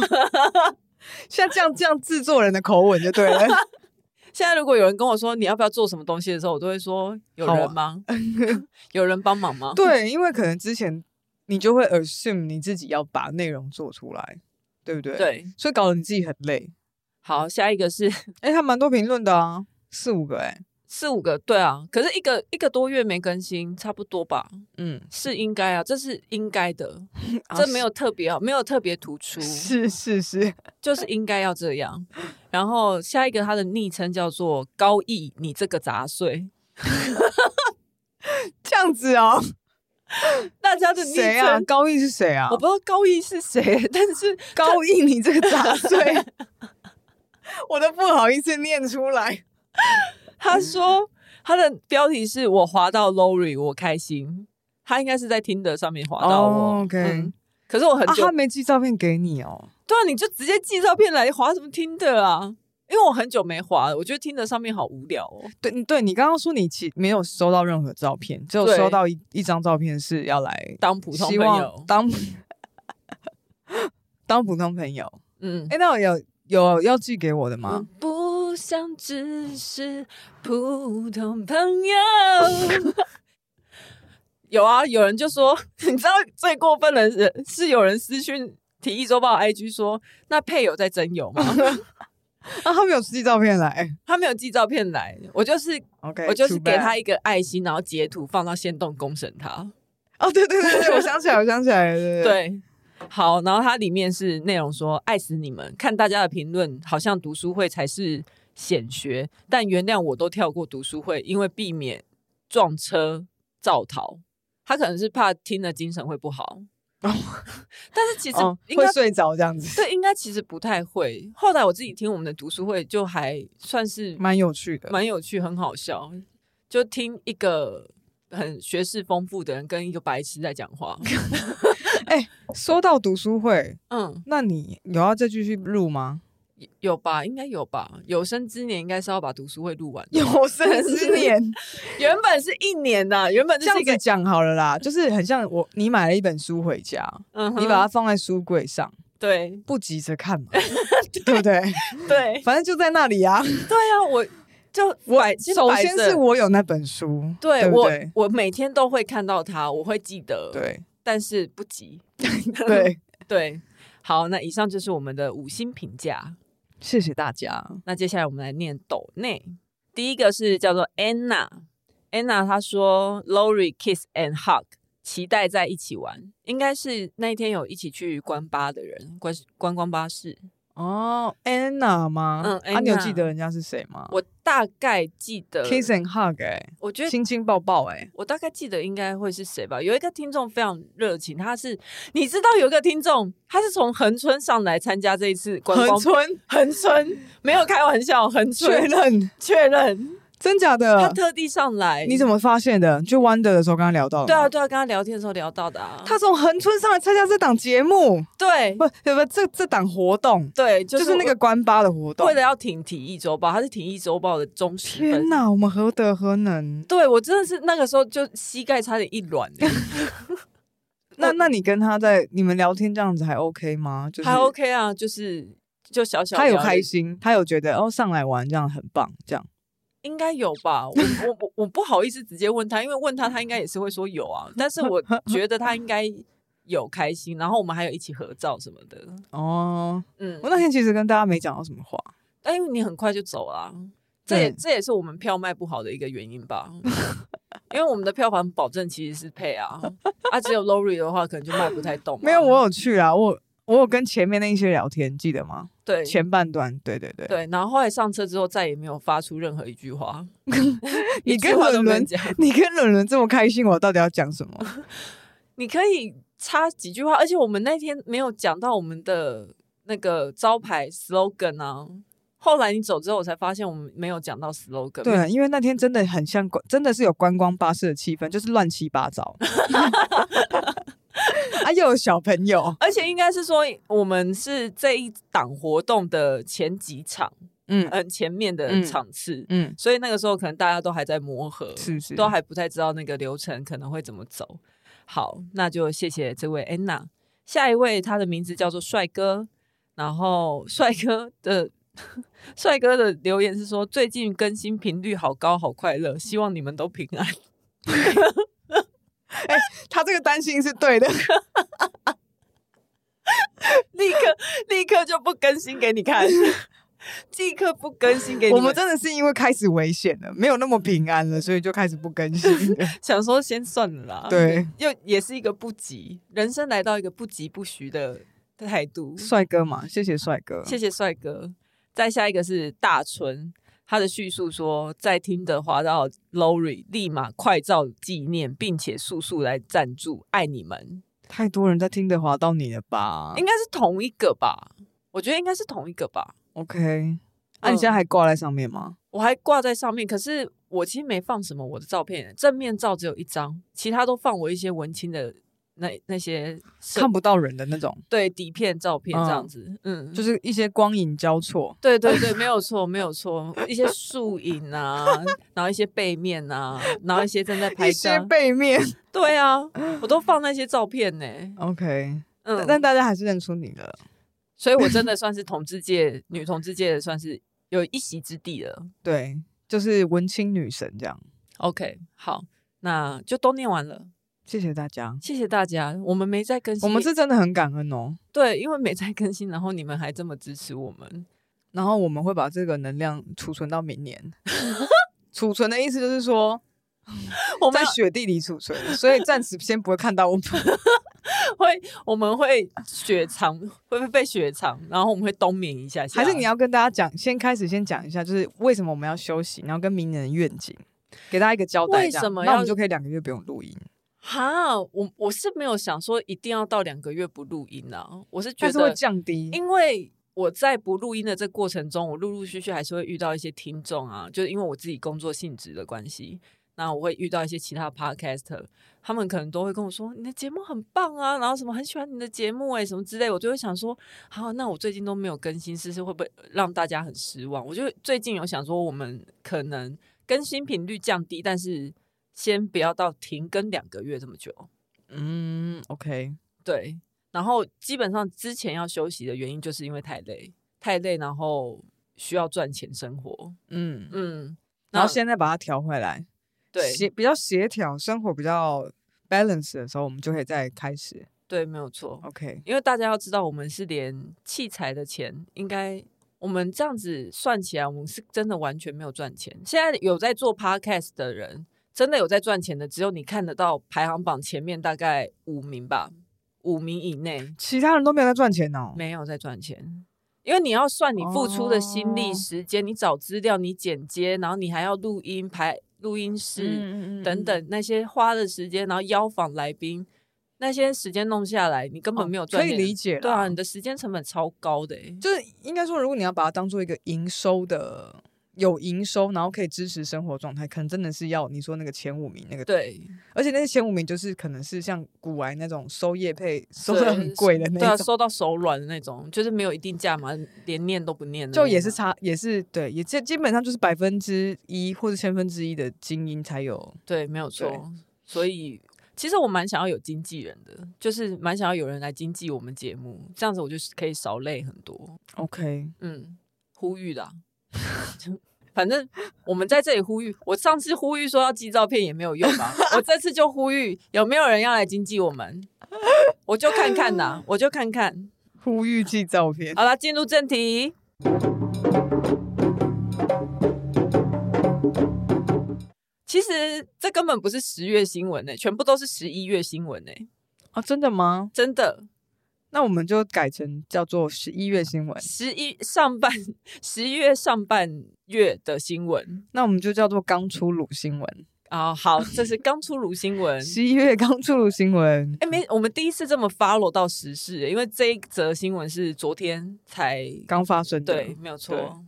[SPEAKER 2] 像这样这样制作人的口吻就对 了，
[SPEAKER 1] 现在如果有人跟我说你要不要做什么东西的时候，我都会说有
[SPEAKER 2] 好啊
[SPEAKER 1] 人 吗？有人帮忙吗？
[SPEAKER 2] 对，因为可能之前你就会 assume 你自己要把内容做出来，对不对？，
[SPEAKER 1] 对，
[SPEAKER 2] 所以搞得你自己很累。
[SPEAKER 1] 好，下一个是
[SPEAKER 2] 哎、还蛮多评论的啊，四五个哎、
[SPEAKER 1] 四五个，对啊，可是一个一个多月没更新，差不多吧，
[SPEAKER 2] 嗯，
[SPEAKER 1] 是应该啊，这是应该 的，
[SPEAKER 2] 啊
[SPEAKER 1] 这没有特别啊，没有特别突出，
[SPEAKER 2] 嗯是是是，
[SPEAKER 1] 就是应该要这样。然后下一个，他的昵称叫做高毅，你这个杂碎，
[SPEAKER 2] 这样子哦。
[SPEAKER 1] 大家的昵
[SPEAKER 2] 谁啊？
[SPEAKER 1] 称、
[SPEAKER 2] 高毅是谁啊
[SPEAKER 1] 我？不知道高毅是谁，但是
[SPEAKER 2] 高毅，你这个杂碎， 我都不好意思念出来。
[SPEAKER 1] 他说他的标题是我滑到 Lori，我开心，他应该是在听的上面滑到我、嗯
[SPEAKER 2] 哦，OK
[SPEAKER 1] 可是我很
[SPEAKER 2] 啊，
[SPEAKER 1] 久
[SPEAKER 2] 他没寄照片给你哦。
[SPEAKER 1] 对啊，你就直接寄照片来划什么听的啊？因为我很久没划了，我觉得听的上面好无聊哦。
[SPEAKER 2] 对，你对你刚刚说你其没有收到任何照片，只有
[SPEAKER 1] 对
[SPEAKER 2] 收到一一张照片是要来
[SPEAKER 1] 当普通朋
[SPEAKER 2] 希望
[SPEAKER 1] 友，
[SPEAKER 2] 当 当普通朋友。
[SPEAKER 1] 嗯，
[SPEAKER 2] 哎、那我有有要寄给我的吗？
[SPEAKER 1] 我不想只是普通朋友。有啊，有人就说， 你知道最过分的人是有人私讯体育周报 IG 说，那配有在真有吗？
[SPEAKER 2] 啊，他没有寄照片来。
[SPEAKER 1] 他没有寄照片来，我 就是
[SPEAKER 2] OK，
[SPEAKER 1] 我就是给
[SPEAKER 2] too bad
[SPEAKER 1] 他一个爱心，然后截图放到线动公审他。
[SPEAKER 2] 哦，对对对对，我想起来，我想起来了，对对
[SPEAKER 1] 对，好，然后它里面是内容说爱死你们，看大家的评论，好像读书会才是显学，但原谅我都跳过读书会，因为避免撞车造逃。他可能是怕听了精神会不 好，但是其实
[SPEAKER 2] 对，哦，
[SPEAKER 1] 应该、
[SPEAKER 2] 会睡着这样子，
[SPEAKER 1] 对，应该其实不太会。后来我自己听我们的读书会，就还算是
[SPEAKER 2] 蛮有趣的。
[SPEAKER 1] 蛮有趣，很好笑，就听一个很学识丰富的人跟一个白痴在讲 话。
[SPEAKER 2] 说到读书会，
[SPEAKER 1] 嗯，
[SPEAKER 2] 那你有要再继续 录吗？。
[SPEAKER 1] 有吧，应该有吧。有生之年应该是要把读书会录完
[SPEAKER 2] 有生之年，
[SPEAKER 1] 原本是一年呐、原本
[SPEAKER 2] 这
[SPEAKER 1] 就是
[SPEAKER 2] 样
[SPEAKER 1] 一个
[SPEAKER 2] 子，讲好了啦，就是很像我，你买了一本书回家，
[SPEAKER 1] 嗯哼
[SPEAKER 2] 你把它放在书柜上，
[SPEAKER 1] 对
[SPEAKER 2] 不急着 看嘛，对不对？
[SPEAKER 1] 对
[SPEAKER 2] 反正就在那里啊。
[SPEAKER 1] 对啊， 我就摆
[SPEAKER 2] 首
[SPEAKER 1] 摆
[SPEAKER 2] 先
[SPEAKER 1] 着
[SPEAKER 2] 是我有那本书，
[SPEAKER 1] 对
[SPEAKER 2] 对不
[SPEAKER 1] 我
[SPEAKER 2] 对
[SPEAKER 1] 我每天都会看到它，我会记得，，
[SPEAKER 2] 对
[SPEAKER 1] 但是不急，
[SPEAKER 2] 对，
[SPEAKER 1] 对。好，那以上就是我们的五星评价。
[SPEAKER 2] 谢谢大家。
[SPEAKER 1] 那接下来我们来念抖内，第一个是叫做 Anna，Anna 她说 Lori kiss and hug，期待在一起玩，应该是那一天有一起去观巴的人，观观光巴士。
[SPEAKER 2] 哦，Anna 吗？
[SPEAKER 1] 嗯
[SPEAKER 2] 啊，你有
[SPEAKER 1] Anna
[SPEAKER 2] 记得人家是谁吗？
[SPEAKER 1] 我大概记得
[SPEAKER 2] kiss and hug 哎、
[SPEAKER 1] 我觉得
[SPEAKER 2] 亲亲抱抱哎、
[SPEAKER 1] 我大概记得应该会是谁吧。有一个听众非常热情，他是你知道有一个听众，他是从恒春上来参加这一次观光，
[SPEAKER 2] 春
[SPEAKER 1] 恒春没有开玩笑，恒
[SPEAKER 2] 确
[SPEAKER 1] 春
[SPEAKER 2] 认
[SPEAKER 1] 确认
[SPEAKER 2] 真假
[SPEAKER 1] 他
[SPEAKER 2] 的？
[SPEAKER 1] 特地上来，
[SPEAKER 2] 你怎
[SPEAKER 1] 么？
[SPEAKER 2] 么发现的？就 Wonder 的时候跟他聊到了吗。
[SPEAKER 1] 对啊，对啊，跟他聊天的时候聊到的啊。
[SPEAKER 2] 他从横村上来参加这档节目，
[SPEAKER 1] 对
[SPEAKER 2] 不不不，这这档活动
[SPEAKER 1] 对，
[SPEAKER 2] 就是是那个关八的活动
[SPEAKER 1] 为。了要挺《体育周报》，他是《体育周报》的忠实
[SPEAKER 2] 天
[SPEAKER 1] 粉丝。
[SPEAKER 2] 哪，我们何德何能？
[SPEAKER 1] 对我真的是那个时候就膝盖差点一软欸，
[SPEAKER 2] 那那你跟他在你们聊天这样子还 OK 吗？就是
[SPEAKER 1] 还 OK 啊，就是就小小
[SPEAKER 2] 他有
[SPEAKER 1] 聊了
[SPEAKER 2] 开心，他有觉得哦上来玩这样很棒，这样
[SPEAKER 1] 应该有吧？我我我我不好意思直接问他，因为问他他应该也是会说有啊，但是我觉得他应该有开心，然后我们还有一起合照什么 的。
[SPEAKER 2] 哦。
[SPEAKER 1] 嗯
[SPEAKER 2] 我，那天其实跟大家没讲到什么话，
[SPEAKER 1] 但因为哎你很快就走啦、这也
[SPEAKER 2] 对
[SPEAKER 1] 这也是我们票卖不好的一个原因吧。因为我们的票房保证其实是配啊，啊，只有 Lori 的话可能就卖不太动啊、
[SPEAKER 2] 没有我有去啊，我我有跟前面那一些聊天，记得吗？
[SPEAKER 1] 对
[SPEAKER 2] 前半段，对对对，
[SPEAKER 1] 对，然后后来上车之后再也没有发出任何一句话，
[SPEAKER 2] 你
[SPEAKER 1] 一句
[SPEAKER 2] 跟
[SPEAKER 1] 话都
[SPEAKER 2] 伦
[SPEAKER 1] 没有
[SPEAKER 2] 伦
[SPEAKER 1] 讲，
[SPEAKER 2] 你跟伦伦这么开心，我到底要讲什么？
[SPEAKER 1] 你可以插几句话，而且我们那天没有讲到我们的那个招牌 slogan 啊。后来你走之后，我才发现我们没有讲到 slogan。
[SPEAKER 2] 对，啊因为那天真的很像观，真的是有观光巴士的气氛，就是乱七 八糟。啊，又有小朋友，
[SPEAKER 1] 而且应该是说，我们是这一档活动的前几场，
[SPEAKER 2] 嗯
[SPEAKER 1] 嗯、前面的
[SPEAKER 2] 嗯
[SPEAKER 1] 场次，
[SPEAKER 2] 嗯，
[SPEAKER 1] 所以那个时候可能大家都还在磨合，
[SPEAKER 2] 是是
[SPEAKER 1] 都还不太知道那个流程可能会怎么走。好，那就谢谢这位 Anna。下一位，他的名字叫做帅哥，然后帅哥的帅哥的留言是说，最近更新频率好高，好快乐，希望你们都平安。
[SPEAKER 2] 他这个担心是对的，
[SPEAKER 1] 立刻立刻就不更新给你看， 立刻不更新给你
[SPEAKER 2] 我们嗯真的是因为开始危险了，没有那么平安了，所以就开始不更新了。
[SPEAKER 1] 想说先算了啦。
[SPEAKER 2] 对，
[SPEAKER 1] 又也是一个不急，人生来到一个不急不徐的态度。
[SPEAKER 2] 帅哥嘛，谢谢帅哥，
[SPEAKER 1] 谢谢帅哥。再下一个是大春，他的叙述说，在听的滑到 Lori，立马快照纪念，并且速速来赞助，爱你们。
[SPEAKER 2] 太多人在听的滑到你了吧
[SPEAKER 1] 应该是同一个吧？我觉得应该是同一个吧。
[SPEAKER 2] ？OK，那、你
[SPEAKER 1] 嗯
[SPEAKER 2] 现在还挂在上面吗？
[SPEAKER 1] 我还挂在上面，可是我其实没放什么我的照片，正面照只有一张，其他都放我一些文青的那那些摄
[SPEAKER 2] 看不到人的那种，
[SPEAKER 1] 对底片照片这样
[SPEAKER 2] 嗯
[SPEAKER 1] 子。嗯，就
[SPEAKER 2] 就是一些光影交错。
[SPEAKER 1] 对 对对，没有错，没有错，一些树影啊，然后一些背面啊，然后一些正在拍
[SPEAKER 2] 一些
[SPEAKER 1] 照，
[SPEAKER 2] 背面
[SPEAKER 1] 对啊，我都放那些照片 呢、
[SPEAKER 2] ，OK，、
[SPEAKER 1] 嗯，
[SPEAKER 2] 但大家还是认出你了。
[SPEAKER 1] 所以我真的算是同志界女同志界算是有一席之地了。
[SPEAKER 2] 对，就是文青女神这样。
[SPEAKER 1] OK，好，那就都念完了，
[SPEAKER 2] 谢谢大家，
[SPEAKER 1] 谢谢大家。我们没在更新，
[SPEAKER 2] 我们是真的很感恩哦。
[SPEAKER 1] 对，因为没在更新，然后你们还这么支持我们，
[SPEAKER 2] 然后我们会把这个能量储存到明 年。储存的意思就是说，
[SPEAKER 1] 我们
[SPEAKER 2] 在雪地里储存，所以暂时先不会看到我 们。
[SPEAKER 1] 会我们会雪藏，会不会被雪藏？然后我们会冬眠一下下，
[SPEAKER 2] 还是你要跟大家讲，先开始先讲一下，就是为什么我们要休息，然后跟明年的愿景，给大家一个交代这样。
[SPEAKER 1] 为什么
[SPEAKER 2] 那我
[SPEAKER 1] 要
[SPEAKER 2] 们就可以两个月不用录音？
[SPEAKER 1] 哈，我我是没有想说一定要到两个月不录音啊，我是觉
[SPEAKER 2] 但是会
[SPEAKER 1] 得，
[SPEAKER 2] 降低。
[SPEAKER 1] 因为我在不录音的这过程中，我陆陆续续还是会遇到一些听众啊，就是因为我自己工作性质的关系，那我会遇到一些其他 podcaster，他们可能都会跟我说你的节目很棒啊，然后什么很喜欢你的节目哎、什么之类，我就会想说，好、那我最近都没有更新，试试会不会让大家很失望？我就最近有想说，我们可能更新频率降低，但是先不要到停更两个月这么久。
[SPEAKER 2] 嗯，OK，
[SPEAKER 1] 对，然后基本上之前要休息的原因，就是因为太累，太累，然后需要赚钱生活。
[SPEAKER 2] 嗯，
[SPEAKER 1] 嗯，
[SPEAKER 2] 然
[SPEAKER 1] 那
[SPEAKER 2] 后现在把它调回来。
[SPEAKER 1] 对
[SPEAKER 2] 协比较协调，生活比较 balance 的时候，我们就可以再开始。
[SPEAKER 1] 对，没有错，
[SPEAKER 2] OK，
[SPEAKER 1] 因为大家要知道，我们是连器材的钱，应该我们这样子算起来，我们是真的完全没有赚钱。现在有在做 podcast 的人，真的有在赚钱的，只有你看得到排行榜前面大概五名吧，五名以内。
[SPEAKER 2] 其他人都没有在赚钱哦。
[SPEAKER 1] 没有在赚钱，因为你要算你付出的心力、
[SPEAKER 2] 哦
[SPEAKER 1] 时间，你找资料、你剪接，然后你还要录音、排录音室、
[SPEAKER 2] 嗯
[SPEAKER 1] 等，等那些花的时间，然后邀访来宾，那些时间弄下来，你根本没有赚
[SPEAKER 2] 哦可以
[SPEAKER 1] 钱。
[SPEAKER 2] 理解啦。啊
[SPEAKER 1] 对啊啊，你的时间成本超高的、欸。
[SPEAKER 2] 就是应该说，如果你要把它当做一个营收的有营收，然后可以支持生活状态，可能真的是要你说那个前五名那个，
[SPEAKER 1] 对，
[SPEAKER 2] 而且那些前五名就是可能是像古玩那种收业配收
[SPEAKER 1] 对
[SPEAKER 2] 的很贵的
[SPEAKER 1] 对啊，
[SPEAKER 2] 那种，
[SPEAKER 1] 收到手软的那种，就是没有一定价嘛，连念都不念的那种
[SPEAKER 2] 就
[SPEAKER 1] 啊，
[SPEAKER 2] 也是差也是对，也基基本上就是百分之一或者千分之一的精英才有，
[SPEAKER 1] 对，没有
[SPEAKER 2] 对
[SPEAKER 1] 错。所以其实我蛮想要有经纪人的，就是蛮想要有人来经纪我们节目，这样子我就是可以少累很多。
[SPEAKER 2] OK，
[SPEAKER 1] 嗯，呼吁啦， 反正我们在这里呼吁。我上次呼吁说要寄照片也没有用吧，我这次就呼吁有没有人要来经纪我们，我就看看呐，我就看看。
[SPEAKER 2] 呼吁寄照片。
[SPEAKER 1] 好啦，进入正题。其实这根本不是十月新闻呢、欸全部都是十一月新闻呢、欸
[SPEAKER 2] 啊，真的吗？
[SPEAKER 1] 真的。
[SPEAKER 2] 那我们就改成叫做十一月新闻，
[SPEAKER 1] 十一上半十一月上半月的新闻
[SPEAKER 2] 那我们就叫做刚出炉新闻，
[SPEAKER 1] 啊、 好，这是刚出炉新闻。
[SPEAKER 2] 十一月刚出炉新闻。
[SPEAKER 1] 哎、没，我们第一次这么 follow 到时事欸、因为这一则新闻是昨天才
[SPEAKER 2] 刚发生的，
[SPEAKER 1] 对，没有错。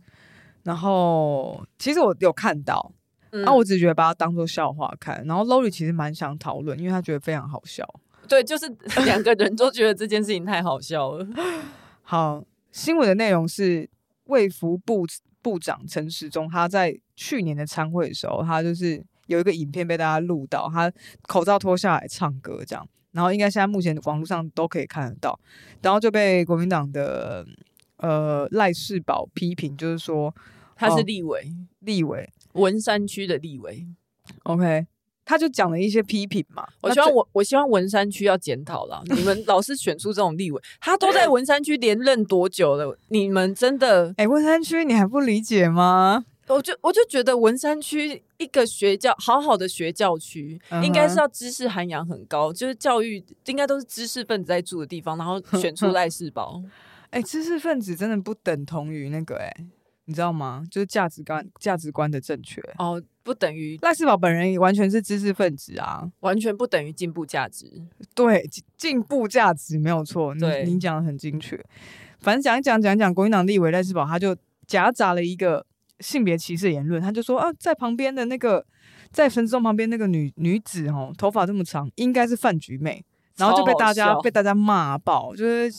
[SPEAKER 2] 然后其实我有看到，
[SPEAKER 1] 嗯
[SPEAKER 2] 啊，我只觉得把它当做笑话看。然后 Lori 其实蛮想讨论，因为他觉得非常好笑。
[SPEAKER 1] 对，就是 两个人都觉得这件事情太好笑了。
[SPEAKER 2] 好，新闻的内容是卫福部部长陈时中，他在去年的参会的时候，他就是有一个影片被大家录到，他口罩脱下来唱歌这样，然后应该现在目前网络上都可以看得到，然后就被国民党的呃赖世宝批评，就是说
[SPEAKER 1] 他是
[SPEAKER 2] 哦
[SPEAKER 1] 立委，
[SPEAKER 2] 立委
[SPEAKER 1] 文山区的立委，
[SPEAKER 2] OK，他就讲了一些批评嘛，
[SPEAKER 1] 我
[SPEAKER 2] 那
[SPEAKER 1] 希望
[SPEAKER 2] 这
[SPEAKER 1] 我我希望文山区要检讨了。你们老是选出这种立委，他都 在文山区连任多久了？你们真的，
[SPEAKER 2] 哎、文山区你还不理解吗？
[SPEAKER 1] 我就我就觉得文山区一个学教好好的学教区，
[SPEAKER 2] 嗯哼
[SPEAKER 1] 应该是要知识涵养很高，就是教育应该都是知识分子在住的地方，然后选出赖世宝。
[SPEAKER 2] 哎、知识分子真的不等同于那个哎、你知道吗？就是价值观价值观的正确。
[SPEAKER 1] 哦，不等于
[SPEAKER 2] 赖世宝本人也完全是知识分子啊，
[SPEAKER 1] 完全不等于进步价值。
[SPEAKER 2] 对进进步价值没有错，你
[SPEAKER 1] 对
[SPEAKER 2] 你讲的很精确。反正讲一讲讲一讲，国民党立委赖世宝他就夹杂了一个性别歧视言论，他就说啊，在旁边的那个在分钟旁边那个女女子哦，头发这么长，应该是饭局妹，然后就被大
[SPEAKER 1] 超
[SPEAKER 2] 家
[SPEAKER 1] 好笑
[SPEAKER 2] 被大家骂爆，就是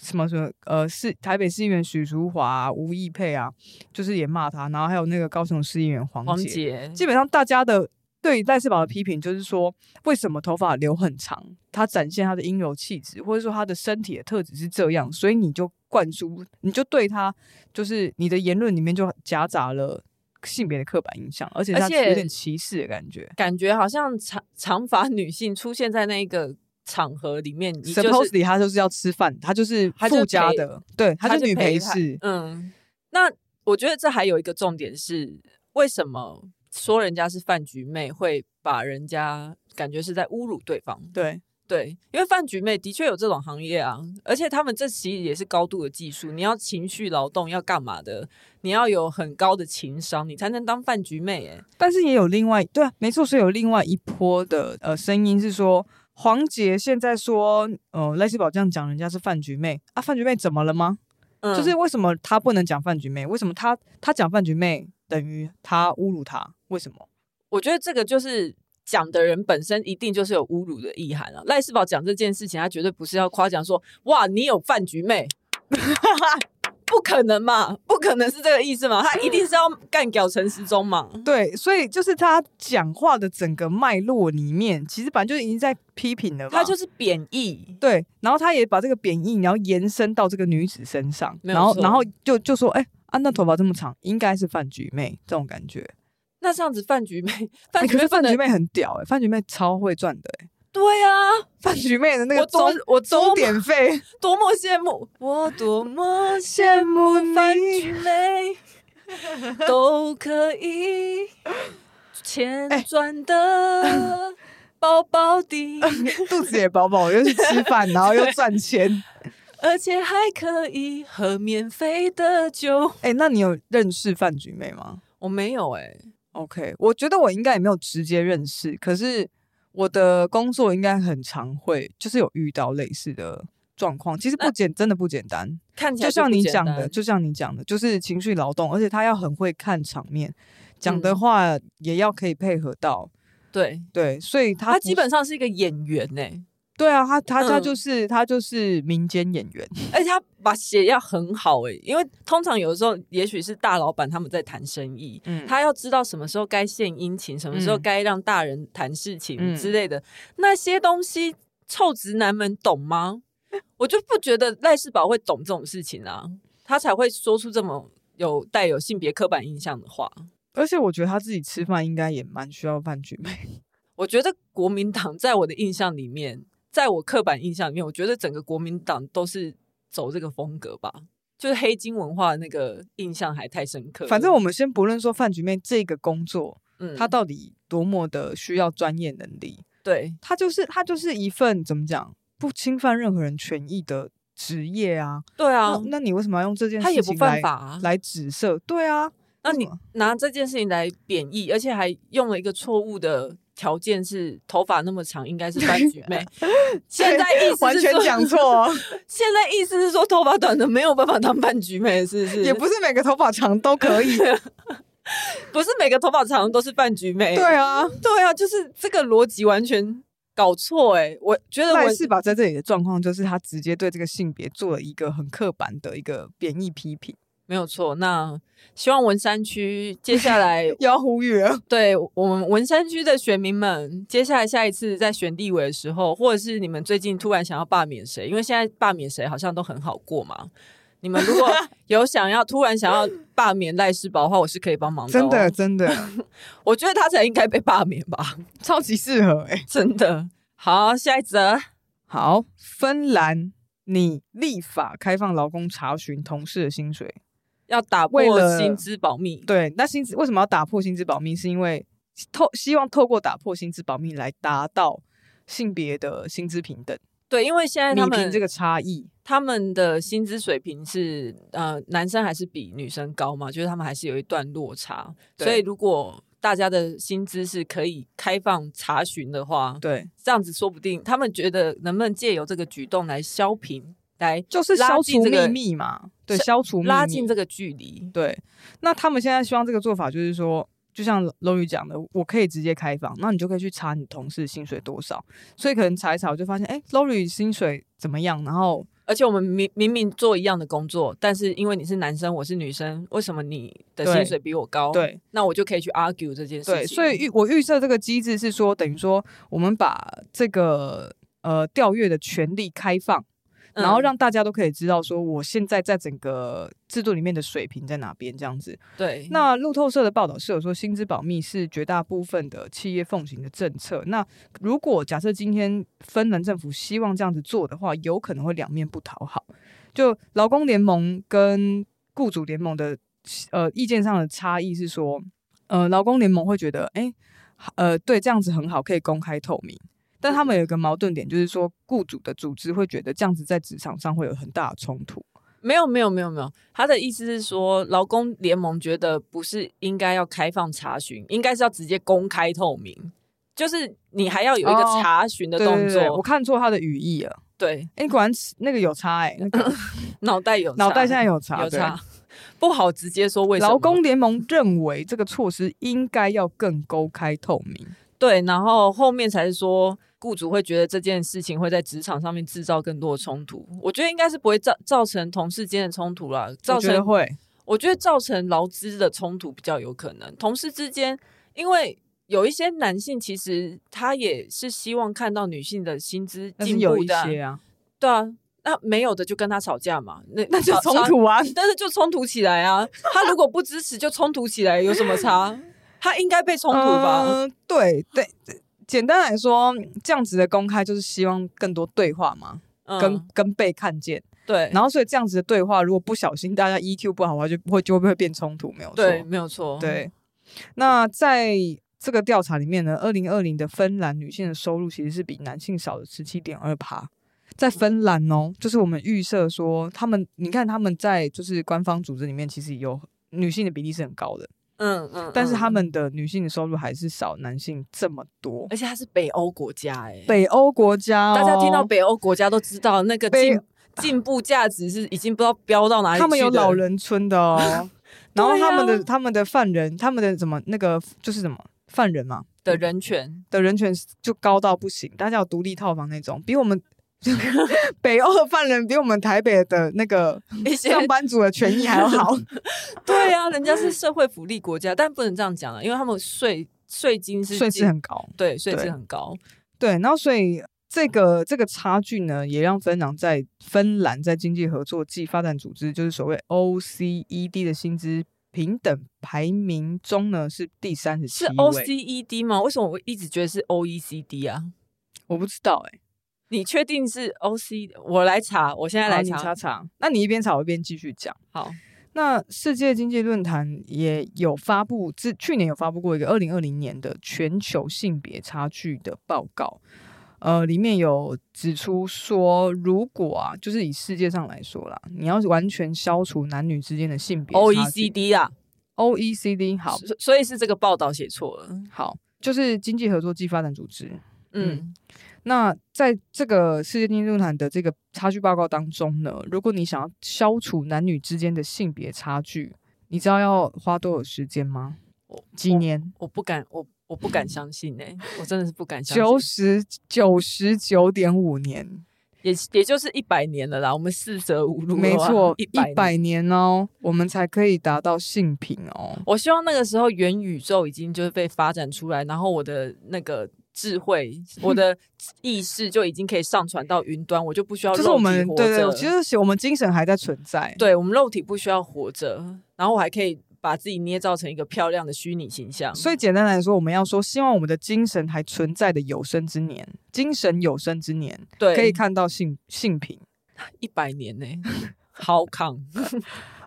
[SPEAKER 2] 什么什么呃，是台北市议员许淑华啊、吴益佩啊，就是也骂他，然后还有那个高雄市议员黄
[SPEAKER 1] 黄
[SPEAKER 2] 杰，
[SPEAKER 1] 杰，
[SPEAKER 2] 基本上大家的对于赖世宝的批评就是说，为什么头发留很长？他展现他的阴柔气质，或者说他的身体的特质是这样，所以你就灌输，你就对他，就是你的言论里面就夹杂了性别的刻板印象，而且
[SPEAKER 1] 而
[SPEAKER 2] 他
[SPEAKER 1] 且
[SPEAKER 2] 有点歧视的感觉。
[SPEAKER 1] 感觉好像长长发女性出现在那个场合里面，你就是
[SPEAKER 2] Supposedly 他就是要吃饭，他就是
[SPEAKER 1] 他就是
[SPEAKER 2] 附加
[SPEAKER 1] 陪
[SPEAKER 2] 的，对，他是女陪侍。
[SPEAKER 1] 嗯，那我觉得这还有一个重点是，为什么说人家是饭局妹，会把人家感觉是在侮辱对方？
[SPEAKER 2] 对，
[SPEAKER 1] 对，因为饭局妹的确有这种行业啊，而且他们这其实也是高度的技术，你要情绪劳动，要干嘛的？你要有很高的情商，你才能当饭局妹、欸。
[SPEAKER 2] 但是也有另外对啊，没错，是有另外一波的呃声音是说，黄杰现在说，呃，赖世宝这样讲人家是饭局妹啊，饭局妹怎么了吗？
[SPEAKER 1] 嗯，
[SPEAKER 2] 就是为什么他不能讲饭局妹？为什么他他讲饭局妹等于他侮辱他？为什么？
[SPEAKER 1] 我觉得这个就是讲的人本身一定就是有侮辱的意涵了、啊赖世宝讲这件事情，他绝对不是要夸奖说“哇，你有饭局妹”， 不可能嘛，不可能是这个意思嘛，他一定是要干掉陈时中嘛。
[SPEAKER 2] 对，所以就是他讲话的整个脉络里面，其实本来就已经在批评了嘛。
[SPEAKER 1] 他就是贬义，
[SPEAKER 2] 对，然后他也把这个贬义，然后延伸到这个女子身上，
[SPEAKER 1] 没有
[SPEAKER 2] 然后
[SPEAKER 1] 错
[SPEAKER 2] 然后就就说，哎、啊，那头发这么长，应该是饭局妹这种感觉。
[SPEAKER 1] 那这样子饭 局妹，
[SPEAKER 2] 哎、
[SPEAKER 1] 饭局
[SPEAKER 2] 可
[SPEAKER 1] 妹不
[SPEAKER 2] 是饭
[SPEAKER 1] 能、
[SPEAKER 2] 局妹很屌哎、饭局妹超会赚的、哎
[SPEAKER 1] 对啊，
[SPEAKER 2] 饭局妹的那
[SPEAKER 1] 我
[SPEAKER 2] 个
[SPEAKER 1] 多
[SPEAKER 2] 钟
[SPEAKER 1] 我多
[SPEAKER 2] 钟
[SPEAKER 1] 么
[SPEAKER 2] 点费，
[SPEAKER 1] 多么羡慕， 我多么
[SPEAKER 2] 羡慕
[SPEAKER 1] 饭
[SPEAKER 2] 你。
[SPEAKER 1] 局妹都可以钱
[SPEAKER 2] 哎
[SPEAKER 1] 赚的饱饱的，
[SPEAKER 2] 肚子也饱饱，又去吃饭，然后又赚钱。
[SPEAKER 1] 而且还可以喝免费的酒。
[SPEAKER 2] 哎、那你有认识饭局妹吗
[SPEAKER 1] 我没有哎、
[SPEAKER 2] ？OK，我觉得我应该也没有直接认识，可是我的工作应该很常会，就是有遇到类似的状况，其实不简真的不简单。
[SPEAKER 1] 看起来
[SPEAKER 2] 就像
[SPEAKER 1] 不
[SPEAKER 2] 你
[SPEAKER 1] 简
[SPEAKER 2] 讲
[SPEAKER 1] 单
[SPEAKER 2] 的，就像你讲的，就是情绪劳动，而且他要很会看场面，讲
[SPEAKER 1] 嗯
[SPEAKER 2] 的话也要可以配合到。
[SPEAKER 1] 对，
[SPEAKER 2] 对，所以
[SPEAKER 1] 他
[SPEAKER 2] 他不
[SPEAKER 1] 基本上是一个演员欸呢、
[SPEAKER 2] 对啊，他他他
[SPEAKER 1] 嗯
[SPEAKER 2] 就是他就是民间演员，
[SPEAKER 1] 而且他把血要很好哎、因为通常有的时候也许是大老板他们在谈生意，
[SPEAKER 2] 嗯，
[SPEAKER 1] 他要知道什么时候该献殷勤，什么时候
[SPEAKER 2] 嗯
[SPEAKER 1] 该让大人谈事情
[SPEAKER 2] 嗯
[SPEAKER 1] 之类的、那些东西，臭直男们懂 吗？我就不觉得赖世宝会懂这种事情啊，他才会说出这么有带有性别刻板印象的话。
[SPEAKER 2] 而且我觉得他自己吃饭应该也蛮需要饭局妹。
[SPEAKER 1] 我觉得国民党在我的印象里面，在我刻板印象里面，我觉得整个国民党都是走这个风格吧，就是黑金文化那个印象还太深刻了。
[SPEAKER 2] 反正我们先不论说饭局妹这个工作，
[SPEAKER 1] 嗯
[SPEAKER 2] 它到底多么的需要专业能力，
[SPEAKER 1] 对
[SPEAKER 2] 它就是它就是一份怎么讲不侵犯任何人权益的职业啊。
[SPEAKER 1] 对啊
[SPEAKER 2] 那，那你为什么要用这件事
[SPEAKER 1] 他也
[SPEAKER 2] 情
[SPEAKER 1] 不犯法、啊。
[SPEAKER 2] 来指涉？对啊，
[SPEAKER 1] 那
[SPEAKER 2] 为什
[SPEAKER 1] 你
[SPEAKER 2] 么
[SPEAKER 1] 拿这件事情来贬义，而且还用了一个错误的条件是头发那么长应该 是班菊妹，现在意思是说
[SPEAKER 2] 完全讲，
[SPEAKER 1] 啊
[SPEAKER 2] 错、哦，
[SPEAKER 1] 现在意思是说头发短的没有办法当班菊妹，是不是？
[SPEAKER 2] 也不是每个头发长都 可以。
[SPEAKER 1] 不是每个头发长都是饭菊妹，
[SPEAKER 2] 对啊，
[SPEAKER 1] 对啊，就是这个逻辑完全搞错哎、我觉得
[SPEAKER 2] 赖
[SPEAKER 1] 我
[SPEAKER 2] 世宝在这里的状况就是他直接对这个性别做了一个很刻板的一个贬义批评，
[SPEAKER 1] 没有错。那希望文山区接下来
[SPEAKER 2] 又要呼吁了。
[SPEAKER 1] 对我们文山区的选民们，接下来下一次在选立委的时候，或者是你们最近突然想要罢免谁，因为现在罢免谁好像都很好过嘛。你们 如果有想要突然想要罢免赖世宝的话，我是可以帮忙的、哦
[SPEAKER 2] 真的，，真的，
[SPEAKER 1] 我觉得他才应该被罢免吧，
[SPEAKER 2] 超级适合哎、
[SPEAKER 1] 真的。好，下一则，
[SPEAKER 2] 好，芬兰，你立法开放劳工查询同事的薪水，
[SPEAKER 1] 要打破
[SPEAKER 2] 为了
[SPEAKER 1] 薪资保密，
[SPEAKER 2] 对，那薪资为什么要打破薪资保密？是因为透希望透过打破薪资保密来达到性别的薪资平等，
[SPEAKER 1] 对，因为现在他
[SPEAKER 2] 弥
[SPEAKER 1] 们
[SPEAKER 2] 平这个差异。
[SPEAKER 1] 他们的薪资水平是呃，男生还是比女生高嘛？就是他们还是有一段落差，
[SPEAKER 2] 对
[SPEAKER 1] 所以如果大家的薪资是可以开放查询的话，
[SPEAKER 2] 对，
[SPEAKER 1] 这样子说不定他们觉得能不能借由这个举动来消平，来
[SPEAKER 2] 就是
[SPEAKER 1] 拉
[SPEAKER 2] 消
[SPEAKER 1] 近
[SPEAKER 2] 除
[SPEAKER 1] 这个
[SPEAKER 2] 秘密嘛，对，消除秘密
[SPEAKER 1] 拉近这个距离。
[SPEAKER 2] 对，那他们现在希望这个做法就是说，就像楼宇讲的，我可以直接开放，那你就可以去查你同事薪水多少。所以可能查一查，我就发现，哎、l o r i 薪水怎么样？然后
[SPEAKER 1] 而且我们明明明做一样的工作，但是因为你是男生，我是女生，为什么你的
[SPEAKER 2] 对
[SPEAKER 1] 薪水比我高？，
[SPEAKER 2] 对
[SPEAKER 1] 那我就可以去 argue 这件事情。
[SPEAKER 2] 对，所以预我预设这个机制是说，等于说我们把这个呃调阅的权利开放。然后
[SPEAKER 1] 嗯
[SPEAKER 2] 让大家都可以知道，说我现在在整个制度里面的水平在哪边，这样子。
[SPEAKER 1] 对
[SPEAKER 2] 那路透社的报道是有说，薪资保密是绝大部分的企业奉行的政策。那如果假设今天芬兰政府希望这样子做的话，有可能会两面不讨好。就劳工联盟跟雇主联盟的呃意见上的差异是说，呃，劳工联盟会觉得，哎、呃，对，这样子很好，可以公开透明。但他们有一个矛盾点，就是说，雇主的组织会觉得这样子在职场上会有很大的冲突。
[SPEAKER 1] 没有没有没有没有，他的意思是说，劳工联盟觉得不是应该要开放查询，应该是要直接公开透明，就是你还要有一个
[SPEAKER 2] 哦
[SPEAKER 1] 查询的
[SPEAKER 2] 对
[SPEAKER 1] 动作，
[SPEAKER 2] 对对，我看错他的语义了。
[SPEAKER 1] 对
[SPEAKER 2] 哎、果然那个有差哎、那个
[SPEAKER 1] 脑袋有
[SPEAKER 2] 脑袋现在
[SPEAKER 1] 有
[SPEAKER 2] 有查，
[SPEAKER 1] 有
[SPEAKER 2] 对
[SPEAKER 1] 差，不好直接说为什么
[SPEAKER 2] 劳工联盟认为这个措施应该要更公开透明。
[SPEAKER 1] 对，然后后面才是说雇主会觉得这件事情会在职场上面制造更多的冲突，我觉得应该是不会造造成同事间的冲突啦，造
[SPEAKER 2] 我觉得
[SPEAKER 1] 成
[SPEAKER 2] 会，
[SPEAKER 1] 我觉得造成劳资的冲突比较有可能。同事之间，因为有一些男性其实他也是希望看到女性的薪资
[SPEAKER 2] 但
[SPEAKER 1] 进
[SPEAKER 2] 是有
[SPEAKER 1] 步
[SPEAKER 2] 一
[SPEAKER 1] 的啊，
[SPEAKER 2] 些啊，
[SPEAKER 1] 对啊，那没有的就跟他吵架嘛，那
[SPEAKER 2] 那 就
[SPEAKER 1] 吵
[SPEAKER 2] 冲
[SPEAKER 1] 吵
[SPEAKER 2] 突啊。
[SPEAKER 1] 但是就冲突起来啊。他如果不支持就冲突起来，有什么差？他应该被冲突吧？
[SPEAKER 2] 嗯对对，简单来说，这样子的公开就是希望更多对话嘛，
[SPEAKER 1] 嗯，
[SPEAKER 2] 跟跟被看见。
[SPEAKER 1] 对，
[SPEAKER 2] 然后，所以这样子的对话，如果不小心大家 EQ 不好的话，就会就会变冲突，没有错。
[SPEAKER 1] 对，没有错，，
[SPEAKER 2] 对，那在这个调查里面呢，二零二零的芬兰女性的收入其实是比男性少了十七点二趴。在芬兰哦，就是我们预设说，他们你看他们在就是官方组织里面，其实有女性的比例是很高的，
[SPEAKER 1] 嗯嗯，
[SPEAKER 2] 但是他
[SPEAKER 1] 嗯，
[SPEAKER 2] 们的女性收入还是少男性这么多。
[SPEAKER 1] 而且它是北欧国家哎、
[SPEAKER 2] 北欧国家、哦，
[SPEAKER 1] 大家听到北欧国家都知道那个
[SPEAKER 2] 北
[SPEAKER 1] 进进步价值是已经不知道飙到哪里去
[SPEAKER 2] 他们有
[SPEAKER 1] 的
[SPEAKER 2] 老，人村 的哦。然后
[SPEAKER 1] 对
[SPEAKER 2] 他们的、
[SPEAKER 1] 啊
[SPEAKER 2] 他们的犯人，他们的什么那个就是什么犯人嘛
[SPEAKER 1] 的人 权，
[SPEAKER 2] 的人权就高到不行，大家有独立套房那种，比我们北欧的犯人比我们台北的那个
[SPEAKER 1] 一些
[SPEAKER 2] 上班族的权益还 要好。
[SPEAKER 1] 对啊，人家是社会福利国家，但不能这样讲啊，因为他们税税金是
[SPEAKER 2] 税
[SPEAKER 1] 进
[SPEAKER 2] 是很高。
[SPEAKER 1] 对，税
[SPEAKER 2] 对
[SPEAKER 1] 制很高。
[SPEAKER 2] 对，然后所以这个这个差距呢，也让芬兰在芬兰在经济合作暨发展组织，就是所谓 OECD 的薪资平等排名中呢是第三十
[SPEAKER 1] 是
[SPEAKER 2] 七位。
[SPEAKER 1] OECD 吗？为什么我一直觉得是 OECD 啊？
[SPEAKER 2] 我不知道哎、
[SPEAKER 1] 你确定是 OC？我来查，我现在
[SPEAKER 2] 好
[SPEAKER 1] 来
[SPEAKER 2] 你
[SPEAKER 1] 查。
[SPEAKER 2] 查查。那你一边查我一边继续讲。
[SPEAKER 1] 好，
[SPEAKER 2] 那世界经济论坛也有发布，自去年有发布过一个二零二零年的全球性别差距的报告，呃，里面有指出说，如果啊，就是以世界上来说啦，你要是完全消除男女之间的性别差距
[SPEAKER 1] OECD 啊，
[SPEAKER 2] OECD 好
[SPEAKER 1] 所所以是这个报道写错了。
[SPEAKER 2] 好，就是经济合作暨发展组织，
[SPEAKER 1] 嗯，
[SPEAKER 2] 那在这个世界经济论坛的这个差距报告当中呢，如果你想要消除男女之间的性别差距，你知道要花多少时间吗？
[SPEAKER 1] 我
[SPEAKER 2] 几年？
[SPEAKER 1] 我不敢，我我不敢相信哎、我真的是不敢相
[SPEAKER 2] 九
[SPEAKER 1] 信，
[SPEAKER 2] 十九十九点五年，
[SPEAKER 1] 也也就是一百年了啦，我们四舍五入的
[SPEAKER 2] 没
[SPEAKER 1] 话
[SPEAKER 2] 错，
[SPEAKER 1] 一
[SPEAKER 2] 一
[SPEAKER 1] 百。
[SPEAKER 2] 百年哦，我们才可以达到性平哦。
[SPEAKER 1] 我希望那个时候元宇宙已经就是被发展出来，然后我的那个智慧、我 的意识就已经可以上传到云端，我就不需要
[SPEAKER 2] 就是
[SPEAKER 1] 肉
[SPEAKER 2] 我
[SPEAKER 1] 体
[SPEAKER 2] 们
[SPEAKER 1] 活
[SPEAKER 2] 对对，
[SPEAKER 1] 着
[SPEAKER 2] 其实我们精神还在存在。
[SPEAKER 1] 对我们肉体不需要活着，然后我还可以把自己捏造成一个漂亮的虚拟形象。
[SPEAKER 2] 所以简单来说，我们要说，希望我们的精神还存在的有生之年，精神有生之年，
[SPEAKER 1] 对，
[SPEAKER 2] 可以看到性性平。
[SPEAKER 1] 一百年呢、好康，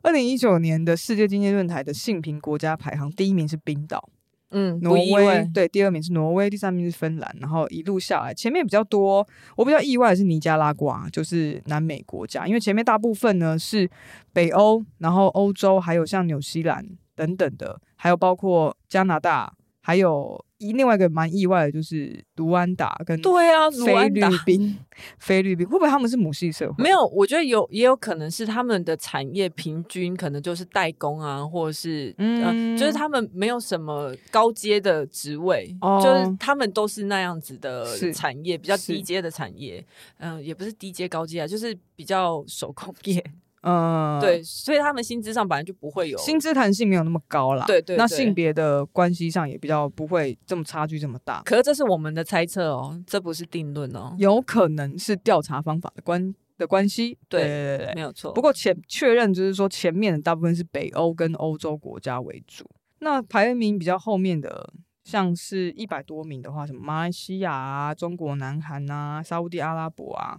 [SPEAKER 2] 二零一九年的世界经济论坛的性平国家排行，第一名是冰岛、
[SPEAKER 1] 嗯，
[SPEAKER 2] 挪
[SPEAKER 1] 不意外
[SPEAKER 2] 威，，对，第二名是挪威，第三名是芬兰，然后一路下来，前面比较多，我比较意外的是尼加拉瓜，就是南美国家，因为前面大部分呢是北欧，然后欧洲，还有像纽西兰等等的，还有包括加拿大，还有一另外一个蛮意外的就是卢安达跟
[SPEAKER 1] 对啊，卢
[SPEAKER 2] 菲
[SPEAKER 1] 安
[SPEAKER 2] 律
[SPEAKER 1] 达。
[SPEAKER 2] 宾，菲律宾会不会他们是母系社会？
[SPEAKER 1] 没有，我觉得有也有可能是他们的产业平均可能就是代工啊，或者是嗯、
[SPEAKER 2] 嗯
[SPEAKER 1] 就是他们没有什么高阶的职位，
[SPEAKER 2] 哦
[SPEAKER 1] 就是他们都是那样子
[SPEAKER 2] 是
[SPEAKER 1] 的产业，比较
[SPEAKER 2] 是
[SPEAKER 1] 低阶的产业，嗯、也不是低阶高阶啊，就是比较手工业，
[SPEAKER 2] 嗯，
[SPEAKER 1] 对，所以他们薪资上本来就不会有
[SPEAKER 2] 薪资弹性没有那么高啦。
[SPEAKER 1] 对对
[SPEAKER 2] 那
[SPEAKER 1] 对
[SPEAKER 2] 性别的关系上也比较不会这么差距这么大，
[SPEAKER 1] 可是这是我们的猜测哦，这不是定论哦，
[SPEAKER 2] 有可能是调查方法的关的关系。
[SPEAKER 1] 对
[SPEAKER 2] 对 对
[SPEAKER 1] 没
[SPEAKER 2] 对。
[SPEAKER 1] 有错。
[SPEAKER 2] 不过前确认就是说，前面的大部分是北欧跟欧洲国家为主，那排名比较后面的。像是一百多名的话，什么马来西亚啊、中国、南韩啊、沙烏地阿拉伯啊，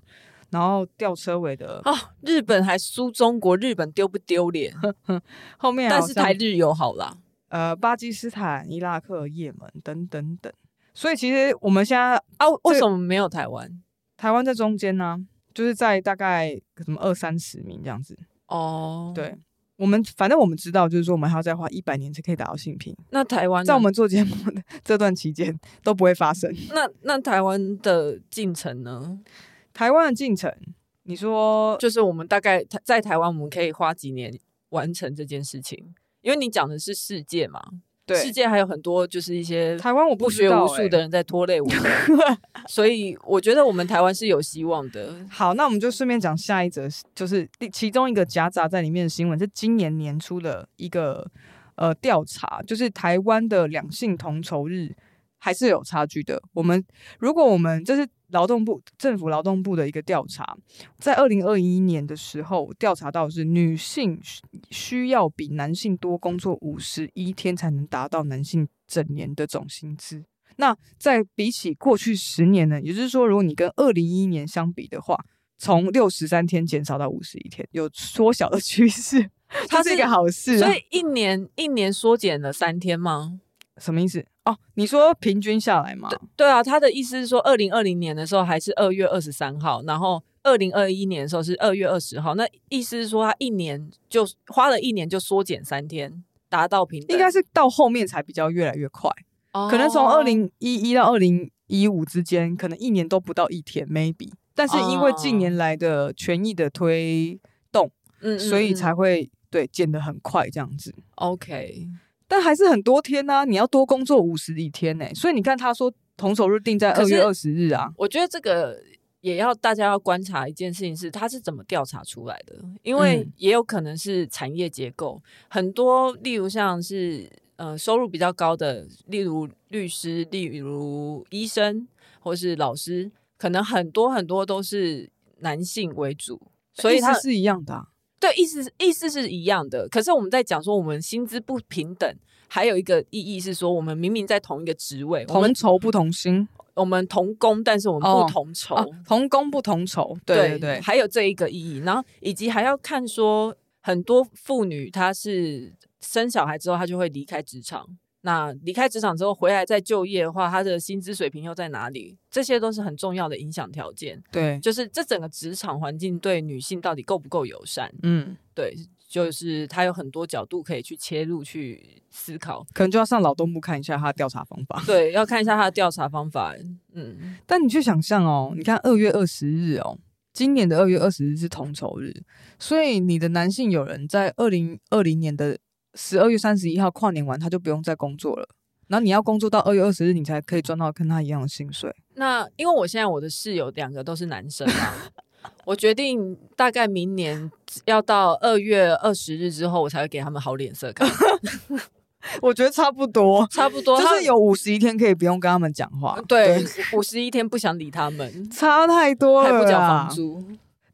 [SPEAKER 2] 然后吊车尾的
[SPEAKER 1] 啊、日本还输中国，日本丢不丢 脸？
[SPEAKER 2] 后面
[SPEAKER 1] 但
[SPEAKER 2] 啊好
[SPEAKER 1] 是
[SPEAKER 2] 像
[SPEAKER 1] 台日友好啦，
[SPEAKER 2] 呃巴基斯坦、伊拉克、也门等等等。所以其实我们现在啊，
[SPEAKER 1] 为
[SPEAKER 2] 这
[SPEAKER 1] 什么没有台湾？
[SPEAKER 2] 台湾在中间呢、就是在大概什么二三十名这样子。
[SPEAKER 1] 哦，，
[SPEAKER 2] 对，我们反正我们知道，就是说我们还要再花一百年才可以达到性平，
[SPEAKER 1] 那台湾呢
[SPEAKER 2] 在我们做节目的 这段期间都不会发生。
[SPEAKER 1] 那那台湾的进程呢？
[SPEAKER 2] 台湾的进程，你说
[SPEAKER 1] 就是我们大概在台湾，我们可以花几年完成这件事情？因为你讲的是世界嘛，世
[SPEAKER 2] 对？
[SPEAKER 1] 界还有很多就是一些
[SPEAKER 2] 台湾我
[SPEAKER 1] 不
[SPEAKER 2] 知
[SPEAKER 1] 学
[SPEAKER 2] 道
[SPEAKER 1] 无
[SPEAKER 2] 欸
[SPEAKER 1] 术的人在拖累 我们，所以我觉得我们台湾是有希望的。
[SPEAKER 2] 好，那我们就顺便讲下一则，就是第其中一个夹杂在里面的新闻是今年年初的一个呃调查，就是台湾的两性同酬日还是有差距的。我们如果我们这是劳动部政府劳动部的一个调查，在二零二一年的时候调查到是女性需需要比男性多工作五十一天才能达到男性整年的总薪资。那在比起过去十年呢，也就是说，如果你跟二零一一年相比的话，从六十三天减少到五十一天，有缩小的趋势，
[SPEAKER 1] 它
[SPEAKER 2] 它是一
[SPEAKER 1] 是
[SPEAKER 2] 个好事、啊。
[SPEAKER 1] 所以一年一年缩减了三天吗？
[SPEAKER 2] 什么意思？哦，你说平均下来嘛？
[SPEAKER 1] 对啊，他的意思是说，二零二零年的时候还是二月二十三号，然后二零二一年的时候是二月二十号，那意思是说他一年就花了一年就缩减三天，达到平等，
[SPEAKER 2] 应该是到后面才比较越来越快，可能
[SPEAKER 1] 哦
[SPEAKER 2] 从二零一一到二零一五之间，可能一年都不到一天，maybe。但是因为近年来的权益的推，
[SPEAKER 1] 哦嗯，
[SPEAKER 2] 所以才
[SPEAKER 1] 嗯嗯
[SPEAKER 2] 会对减得很快这样子。
[SPEAKER 1] OK。
[SPEAKER 2] 但还是很多天呢、你要多工作五十几天呢、欸所以你看，他说同手日定在
[SPEAKER 1] 可
[SPEAKER 2] 二
[SPEAKER 1] 是
[SPEAKER 2] 月二十日啊，
[SPEAKER 1] 我觉得这个也要大家要观察一件事情是，它是怎么调查出来的，因为
[SPEAKER 2] 嗯
[SPEAKER 1] 也有可能是产业结构，很多例如像是呃收入比较高的，例如律师、例如医生或是老师，可能很多很多都是男性为主。所以
[SPEAKER 2] 意思
[SPEAKER 1] 他
[SPEAKER 2] 是一样的啊、
[SPEAKER 1] 对意思是意思是一样的，可是我们在讲说我们薪资不平等，还有一个意义是说我们明明在同一个职位，我
[SPEAKER 2] 同
[SPEAKER 1] 们
[SPEAKER 2] 酬不同薪
[SPEAKER 1] 我们同工，但是我们
[SPEAKER 2] 哦
[SPEAKER 1] 不同酬，
[SPEAKER 2] 啊，同工不同酬，对对对，
[SPEAKER 1] 还有这一个意义，然后以及还要看说，很多妇女她是生小孩之后，她就会离开职场。那离开职场之后回来再就业的话，她的薪资水平又在哪里？这些都是很重要的影响条件。
[SPEAKER 2] 对，
[SPEAKER 1] 就是这整个职场环境对女性到底够不够友善？
[SPEAKER 2] 嗯，
[SPEAKER 1] 对，就是她有很多角度可以去切入去思考。
[SPEAKER 2] 可能就要上劳动部看一下他的调查方法。
[SPEAKER 1] 对，要看一下她的调查方法。嗯，
[SPEAKER 2] 但你去想象哦，你看二月二十日哦，今年的二月二十日是同酬日，所以你的男性友人在二零二零年的十二月三十一号跨年完，他就不用再工作了。然后你要工作到二月二十日，你才可以赚到跟他一样的薪水。
[SPEAKER 1] 那因为我现在我的室友两个都是男生嘛，我决定大概明年要到二月二十日之后，我才会给他们好脸色看。
[SPEAKER 2] 我觉得差不多，
[SPEAKER 1] 差不多，
[SPEAKER 2] 就
[SPEAKER 1] 他
[SPEAKER 2] 是有五十一天可以不用跟他们讲话。
[SPEAKER 1] 对五十一天不想理他 们，
[SPEAKER 2] 差太多
[SPEAKER 1] 还
[SPEAKER 2] 了，
[SPEAKER 1] 不缴房。租。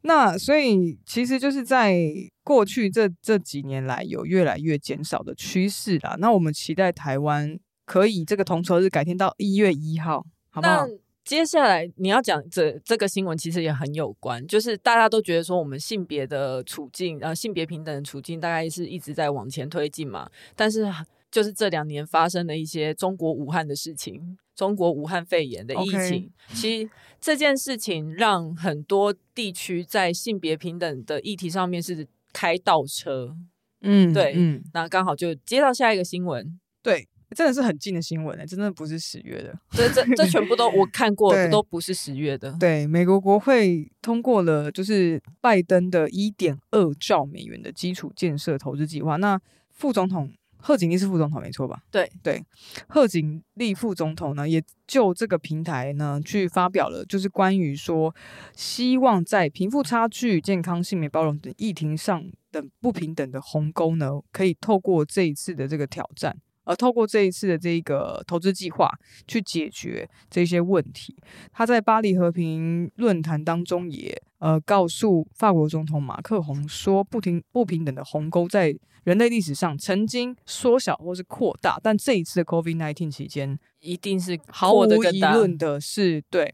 [SPEAKER 2] 那所以其实就是在过去这这几年来有越来越减少的趋势啦。那我们期待台湾可以这个同酬日改天到一月一号，好不好
[SPEAKER 1] 那？接下来你要讲这这个新闻，其实也很有关，就是大家都觉得说我们性别的处境，呃，性别平等的处境，大概是一直在往前推进嘛。但是就是这两年发生的一些中国武汉的事情，中国武汉肺炎的疫
[SPEAKER 2] OK
[SPEAKER 1] 情其实这件事情让很多地区在性别平等的议题上面是开倒车。
[SPEAKER 2] 嗯
[SPEAKER 1] 对
[SPEAKER 2] 嗯，
[SPEAKER 1] 那刚好就接到下一个新闻，
[SPEAKER 2] 对，真的是很近的新闻呢、欸真的不是十月的。
[SPEAKER 1] 这这这全部都我看过
[SPEAKER 2] 对，
[SPEAKER 1] 都不是十月的。
[SPEAKER 2] 对，美国国会通过了就是拜登的一点二兆美元的基础建设投资计划。那副总统贺锦丽是副总统没错吧？
[SPEAKER 1] 对
[SPEAKER 2] 对，贺锦丽副总统呢也就这个平台呢去发表了，就是关于说希望在贫富差距、健康、性别包容等议题上等不平等的鸿沟呢，可以透过这一次的这个挑战。而透过这一次的这个投资计划去解决这些问题，他在巴黎和平论坛当中也呃告诉法国总统马克宏说，不平不平等的鸿沟在人类历史上曾经缩小或是扩大，但这一次的 COVID-19 期间，
[SPEAKER 1] 一定是
[SPEAKER 2] 毫
[SPEAKER 1] 过
[SPEAKER 2] 无
[SPEAKER 1] 得更
[SPEAKER 2] 疑
[SPEAKER 1] 大
[SPEAKER 2] 论的是，对。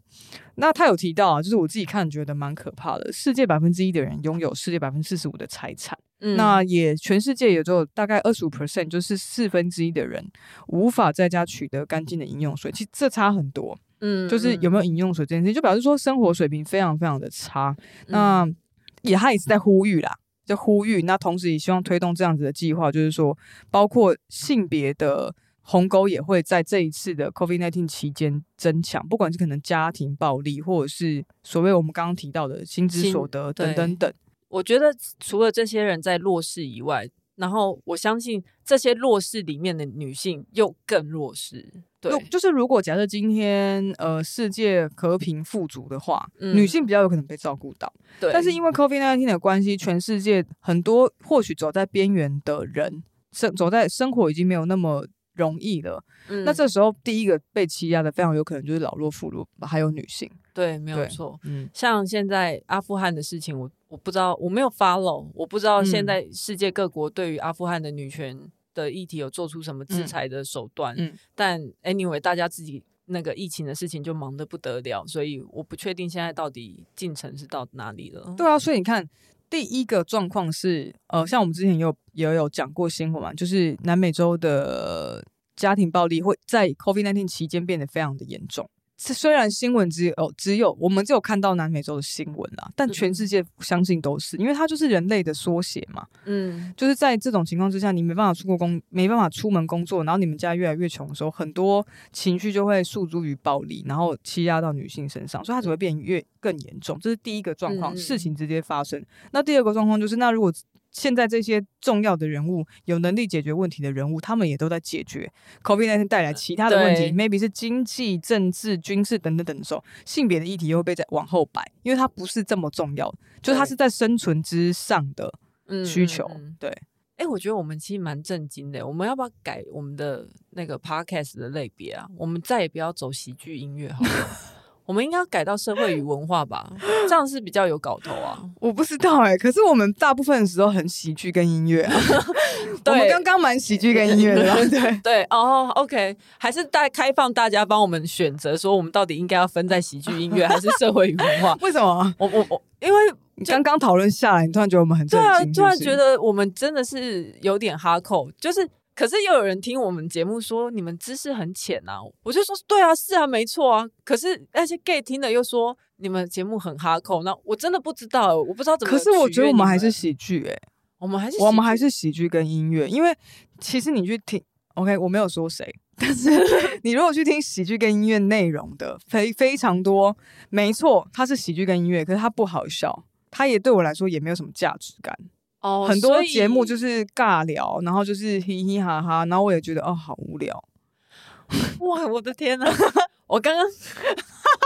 [SPEAKER 2] 那他有提到啊，就是我自己看觉得蛮可怕的，世界百分之一的人拥有世界百分之四十五的财产。
[SPEAKER 1] 嗯
[SPEAKER 2] 那也全世界也只有大概二十五 percent，就是四分之一的人无法在家取得干净的饮用水，其实这差很多。
[SPEAKER 1] 嗯
[SPEAKER 2] 就是有没有饮用水这件事情，就表示说生活水平非常非常的差。
[SPEAKER 1] 嗯
[SPEAKER 2] 那也他也是在呼吁啦，就呼吁。那同时也希望推动这样子的计划，就是说包括性别的鸿沟也会在这一次的 COVID-19 期间增强，不管是可能家庭暴力，或者是所谓我们刚刚提到的薪资
[SPEAKER 1] 薪
[SPEAKER 2] 所得
[SPEAKER 1] 对
[SPEAKER 2] 等等等。
[SPEAKER 1] 我觉得除了这些人在弱势以外，然后我相信这些弱势里面的女性又更弱势。对
[SPEAKER 2] 如，就是如果假设今天呃世界和平富足的话，
[SPEAKER 1] 嗯
[SPEAKER 2] 女性比较有可能被照顾到。
[SPEAKER 1] 对，
[SPEAKER 2] 但是因为 COVID-19 的关系，全世界很多或许走在边缘的人，生走在生活已经没有那么容易了。
[SPEAKER 1] 嗯
[SPEAKER 2] 那这时候第一个被欺压的非常有可能就是老弱妇孺，还有女性。
[SPEAKER 1] 对没有
[SPEAKER 2] 对
[SPEAKER 1] 错。
[SPEAKER 2] 嗯，
[SPEAKER 1] 像现在阿富汗的事情，我我不知道，我没有 follow，我不知道
[SPEAKER 2] 嗯
[SPEAKER 1] 现在世界各国对于阿富汗的女权的议题有做出什么制
[SPEAKER 2] 嗯
[SPEAKER 1] 裁的手段。
[SPEAKER 2] 嗯
[SPEAKER 1] 但 anyway，大家自己那个疫情的事情就忙得不得了，所以我不确定现在到底进程是到哪里了。
[SPEAKER 2] 对啊，所以你看，第一个状况是，呃，像我们之前也有也有讲过新闻嘛，就是南美洲的家庭暴力会在 COVID-19 期间变得非常的严重。这虽然新闻只有只有我们只有看到南美洲的新闻啦，但全世界相信都是，因为它就是人类的缩写嘛。
[SPEAKER 1] 嗯，
[SPEAKER 2] 就是在这种情况之下，你没办法出国工，没办法出门工作，然后你们家越来越穷的时候，很多情绪就会诉诸于暴力，然后欺压到女性身上，所以它只会变越更严重。这是第一个状
[SPEAKER 1] 嗯
[SPEAKER 2] 况，
[SPEAKER 1] 嗯
[SPEAKER 2] 事情直接发生。那第二个状况就是，那如果现在这些重要的人物有能力解决问题的人物，他们也都在解决 COVID-19 带来其他的问题
[SPEAKER 1] 对
[SPEAKER 2] ，maybe 是经济、政治、军事等等等的时候，性别的议题又会被在往后摆，因为它不是这么重要，就是它
[SPEAKER 1] 对
[SPEAKER 2] 是在生存之上的
[SPEAKER 1] 嗯
[SPEAKER 2] 需求。
[SPEAKER 1] 嗯嗯
[SPEAKER 2] 对，
[SPEAKER 1] 哎、我觉得我们其实蛮震惊的。我们要不要改我们的那个 podcast 的类别啊？我们再也不要走喜剧音乐好 了，我们应该要改到社会与文化吧，这样是比较有搞头 啊。
[SPEAKER 2] 我不知道哎、可是我们大部分的时候很喜剧跟音 乐、啊，我们
[SPEAKER 1] 对
[SPEAKER 2] 刚刚蛮喜剧跟音乐的啦，啊对。
[SPEAKER 1] 对哦，OK，还是大开放大家帮我们选择，说我们到底应该要分在喜剧音乐还是社会与文化？
[SPEAKER 2] 为什么？
[SPEAKER 1] 我我我，因为
[SPEAKER 2] 你刚刚讨论下来，你突然觉得我们很
[SPEAKER 1] 对
[SPEAKER 2] 震
[SPEAKER 1] 啊，
[SPEAKER 2] 惊，
[SPEAKER 1] 突然
[SPEAKER 2] 是不
[SPEAKER 1] 觉
[SPEAKER 2] 是
[SPEAKER 1] 得我们真的是有点哈扣，就是。可是又有人听我们节目说你们知识很浅啊，我就说对啊，是啊，没错啊。可是那些 gay 听了又说你们节目很哈扣，那我真的不知道，我不知道怎么
[SPEAKER 2] 可
[SPEAKER 1] 取悦
[SPEAKER 2] 是
[SPEAKER 1] 你们。
[SPEAKER 2] 我觉得我们还是喜剧哎、
[SPEAKER 1] 我们还是
[SPEAKER 2] 我们
[SPEAKER 1] 喜
[SPEAKER 2] 还
[SPEAKER 1] 剧
[SPEAKER 2] 是喜剧跟音乐，因为其实你去听，OK，我没有说谁， 但是你如果去听喜剧跟音乐内容的非非常多，没错，它是喜剧跟音乐，可是它不好笑，它也对我来说也没有什么价值感。
[SPEAKER 1] 哦，
[SPEAKER 2] 很多
[SPEAKER 1] 所以
[SPEAKER 2] 节目就是尬聊，然后就是嘻嘻哈哈，然后我也觉得哦好无聊。
[SPEAKER 1] 哇，我的天呐、 我刚刚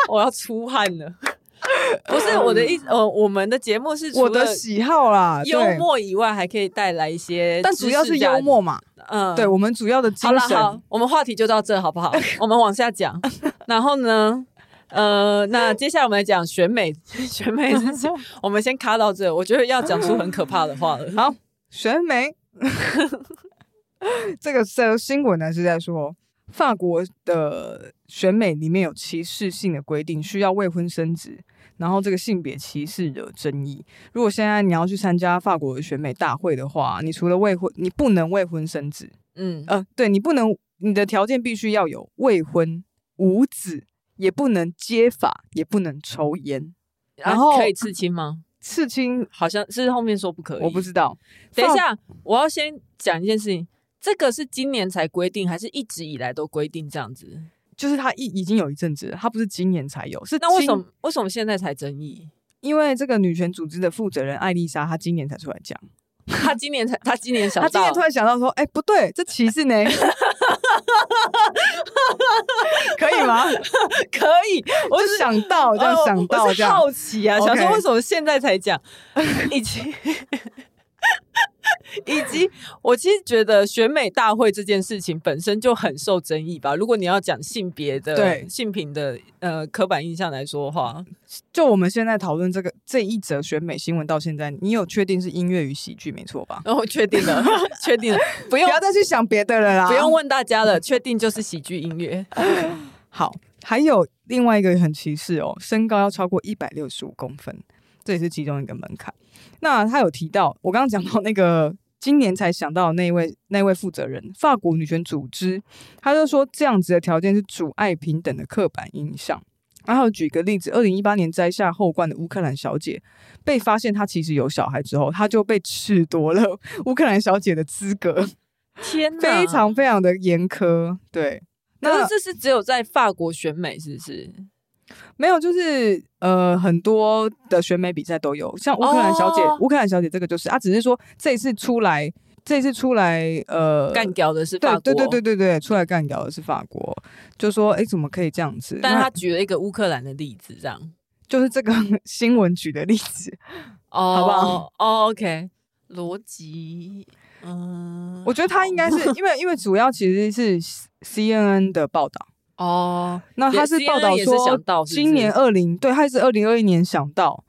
[SPEAKER 1] 我要出汗了。不是我的意思，呃，我们的节目是除
[SPEAKER 2] 我的
[SPEAKER 1] 了
[SPEAKER 2] 喜好啦，
[SPEAKER 1] 幽
[SPEAKER 2] 对，
[SPEAKER 1] 默以外，还可以带来一些，
[SPEAKER 2] 但主要是幽，默嘛。
[SPEAKER 1] 嗯，
[SPEAKER 2] 对，我们主要的精
[SPEAKER 1] 好了好
[SPEAKER 2] 神，，
[SPEAKER 1] 我们话题就到这好不 好？我们往下讲，然后呢？呃，那接下来我们来讲选 美，选美的事情，我们先卡到这。我觉得要讲出很可怕的话了。
[SPEAKER 2] 好选美。这个这新闻呢是在说，法国的选美里面有歧视性的规定，需要未婚生子，然后这个性别歧视惹争议。如果现在你要去参加法国的选美大会的话，你除了未婚，你不能未婚生子，
[SPEAKER 1] 嗯，
[SPEAKER 2] 呃，对你不能，你的条件必须要有未婚、无子，也不能接发，也不能抽烟。然后
[SPEAKER 1] 啊可以刺青吗？
[SPEAKER 2] 刺青
[SPEAKER 1] 好像是后面说不可以，
[SPEAKER 2] 我不知道，
[SPEAKER 1] 等一
[SPEAKER 2] 放，
[SPEAKER 1] 下，我要先讲一件事情，这个是今年才规定，还是一直以来都规定这样子？
[SPEAKER 2] 就是他已已经有一阵子了，他不是今年才有，是
[SPEAKER 1] 那为
[SPEAKER 2] 今
[SPEAKER 1] 什么？为什么现在才争议？
[SPEAKER 2] 因为这个女权组织的负责人艾丽莎，她今年才出来讲，
[SPEAKER 1] 他今年才， 他今年想
[SPEAKER 2] 她今
[SPEAKER 1] 到
[SPEAKER 2] 年突，然想到说，哎、不对，这歧 视呢，可以吗？
[SPEAKER 1] 可以，
[SPEAKER 2] 我就想哦到，这样
[SPEAKER 1] 呃
[SPEAKER 2] 想到
[SPEAKER 1] 我
[SPEAKER 2] 这
[SPEAKER 1] 是
[SPEAKER 2] 样，
[SPEAKER 1] 好奇啊，想
[SPEAKER 2] OK
[SPEAKER 1] 说为什么现在才讲， 以及 以及我其实觉得选美大会这件事情本身就很受争议吧。如果你要讲性别的、
[SPEAKER 2] 对
[SPEAKER 1] 性平的呃刻板印象来说的话，
[SPEAKER 2] 就我们现在讨论这个这一则选美新闻到现在，你有确定是音乐与喜剧没错吧？
[SPEAKER 1] 然后哦确定了， 确定了，不
[SPEAKER 2] 不
[SPEAKER 1] 用
[SPEAKER 2] 要再去想别的了啦，
[SPEAKER 1] 不用。问大家了，确定就是喜剧音乐。
[SPEAKER 2] 好，还有另外一个很歧视哦，身高要超过一百六十五公分，这也是其中一个门槛。那他有提到，我刚刚讲到那个。今年才想到那位那位负责人，法国女权组织，他就说这样子的条件是阻碍平等的刻板印象。然后举个例子，二零一八年摘下后冠的乌克兰小姐被发现她其实有小孩之后，她就被褫夺了乌克兰小姐的资格，
[SPEAKER 1] 天哪，
[SPEAKER 2] 非常非常的严苛。对，
[SPEAKER 1] 可是这是只有在法国选美，是不是？
[SPEAKER 2] 没有，就是呃，很多的选美比赛都有，像乌克兰小姐，
[SPEAKER 1] 哦
[SPEAKER 2] 乌克兰小姐这个就是，啊，只是说这一次出来，这一次出来，呃，
[SPEAKER 1] 干掉的是法国，
[SPEAKER 2] 对对对对对对，出来干掉的是法国，就说哎，诶怎么可以这样子？
[SPEAKER 1] 但是
[SPEAKER 2] 那
[SPEAKER 1] 他举了一个乌克兰的例子，这样
[SPEAKER 2] 就是这个 新闻举的例子，
[SPEAKER 1] 哦，
[SPEAKER 2] 好不好？
[SPEAKER 1] 哦，OK，逻辑，嗯，
[SPEAKER 2] 我觉得他应该是 因为因为主要其实是 C N N 的报道，
[SPEAKER 1] 哦，
[SPEAKER 2] 那他
[SPEAKER 1] 也
[SPEAKER 2] 是报
[SPEAKER 1] CNN
[SPEAKER 2] 道
[SPEAKER 1] 也是想到
[SPEAKER 2] 说
[SPEAKER 1] 是不是
[SPEAKER 2] 今年二零对，他是二零二一年想 到，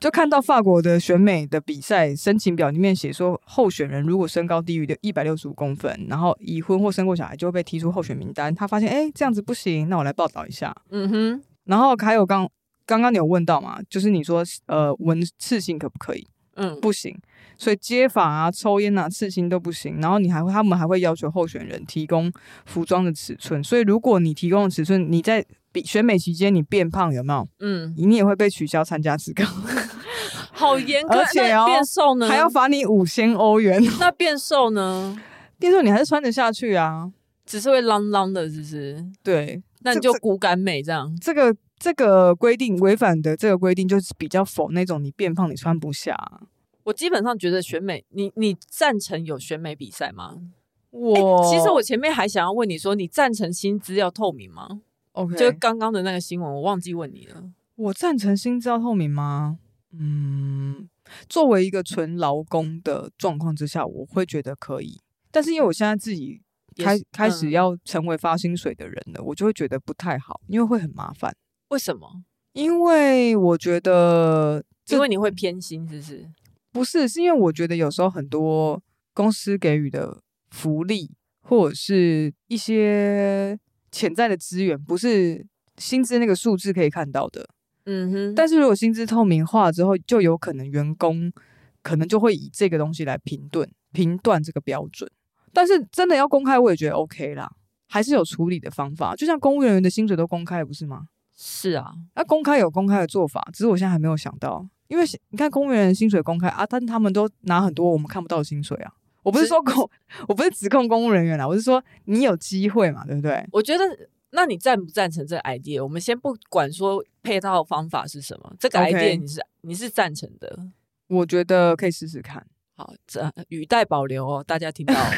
[SPEAKER 2] 就看到法国的选美的比赛申请表里面写说，候选人如果身高低于一百六十五公分，然后已婚或生过小孩，就会被踢出候选名单。他发现哎、诶这样子不行，那我来报道一下。
[SPEAKER 1] 嗯哼，
[SPEAKER 2] 然后还有刚刚刚你有问到嘛，就是你说呃纹刺青可不可以？
[SPEAKER 1] 嗯，
[SPEAKER 2] 不行，所以接法啊、抽烟啊、刺青都不行。然后你还会，他们还会要求候选人提供服装的尺寸。所以如果你提供的尺寸，你在比选美期间你变胖有没有？
[SPEAKER 1] 嗯，
[SPEAKER 2] 你也会被取消参加资格，
[SPEAKER 1] 好严格。
[SPEAKER 2] 而且
[SPEAKER 1] 那
[SPEAKER 2] 哦
[SPEAKER 1] 变瘦呢，
[SPEAKER 2] 还要罚你五千欧元。
[SPEAKER 1] 那变瘦呢，
[SPEAKER 2] 变瘦你还是穿得下去啊？
[SPEAKER 1] 只是会啷啷的，是不是？
[SPEAKER 2] 对，
[SPEAKER 1] 那你就
[SPEAKER 2] 这
[SPEAKER 1] 骨感美这样。
[SPEAKER 2] 这个这个规定违反的这个规定就是比较否那种你变胖你穿不下啊。
[SPEAKER 1] 我基本上觉得选美，你你赞成有选美比赛吗？
[SPEAKER 2] 我、
[SPEAKER 1] 其实我前面还想要问你说，你赞成薪资要透明吗？
[SPEAKER 2] OK，
[SPEAKER 1] 就刚刚的那个新闻，我忘记问你了。
[SPEAKER 2] 我赞成薪资要透明吗？嗯，作为一个纯劳工的状况之下，我会觉得可以。但是因为我现在自己
[SPEAKER 1] 也
[SPEAKER 2] 开
[SPEAKER 1] 是
[SPEAKER 2] 开始
[SPEAKER 1] 嗯
[SPEAKER 2] 要成为发薪水的人了，我就会觉得不太好，因为会很麻烦。
[SPEAKER 1] 为什么？
[SPEAKER 2] 因为我觉得
[SPEAKER 1] 因为你会偏心，是不是？
[SPEAKER 2] 不是，是因为我觉得有时候很多公司给予的福利或者是一些潜在的资源，不是薪资那个数字可以看到的。
[SPEAKER 1] 嗯哼，
[SPEAKER 2] 但是如果薪资透明化之后，就有可能员工可能就会以这个东西来评论评断这个标准。但是真的要公开，我也觉得 OK 啦，还是有处理的方法。就像公务人员的薪水都公开，不是吗？
[SPEAKER 1] 是啊，
[SPEAKER 2] 那公开有公开的做法，只是我现在还没有想到，因为你看公务员的薪水公开啊，但他们都拿很多我们看不到的薪水啊。我不是
[SPEAKER 1] 是
[SPEAKER 2] 说公， 我不是指控公务人员啦，我是说你有机会嘛，对不对？
[SPEAKER 1] 我觉得，那你赞不赞成这个 idea？我们先不管说配套方法是什么，这个
[SPEAKER 2] OK
[SPEAKER 1] idea 你是你是赞成的。
[SPEAKER 2] 我觉得可以试试看，
[SPEAKER 1] 好，这语带保留哦，大家听到 哦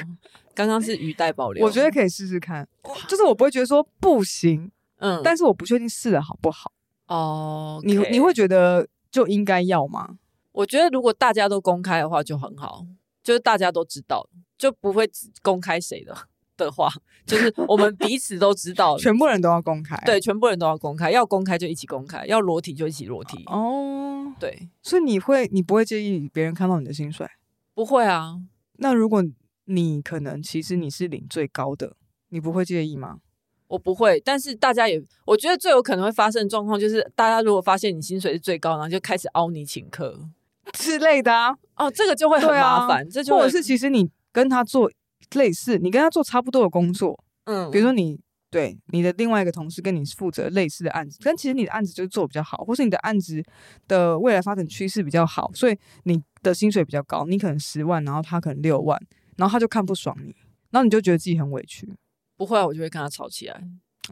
[SPEAKER 1] 刚刚是语带保留。
[SPEAKER 2] 我觉得可以试试看，就是我不会觉得说不行，
[SPEAKER 1] 嗯，
[SPEAKER 2] 但是我不确定试的好不好。
[SPEAKER 1] 哦，
[SPEAKER 2] 你你会觉得就应该要吗？，
[SPEAKER 1] 我觉得如果大家都公开的话就很好，就是大家都知道，就不会只公开谁的的话，就是我们彼此都知道
[SPEAKER 2] 全部人都要公开？
[SPEAKER 1] 对，全部人都要公开，要公开就一起公开，要裸体就一起裸体，
[SPEAKER 2] 哦，
[SPEAKER 1] 对，
[SPEAKER 2] 所以你会你不会介意别人看到你的薪水？
[SPEAKER 1] 不会啊，
[SPEAKER 2] 那如果你可能其实你是领最高的，你不会介意吗？
[SPEAKER 1] 我不会，但是大家也，我觉得最有可能会发生的状况就是，大家如果发现你薪水是最高，然后就开始凹你请客，
[SPEAKER 2] 之类的啊，
[SPEAKER 1] 哦，这个就会很
[SPEAKER 2] 对啊
[SPEAKER 1] 麻烦，这就
[SPEAKER 2] 或
[SPEAKER 1] 会
[SPEAKER 2] 者是其实你跟他做类似，你跟他做差不多的工作，
[SPEAKER 1] 嗯
[SPEAKER 2] 比如说你。对你的另外一个同事跟你负责类似的案子，但其实你的案子就是做比较好，或是你的案子的未来发展趋势比较好，所以你的薪水比较高，你可能十万，然后他可能六万，然后他就看不爽你，然后你就觉得自己很委屈。
[SPEAKER 1] 不会啊，我就会跟他吵起来，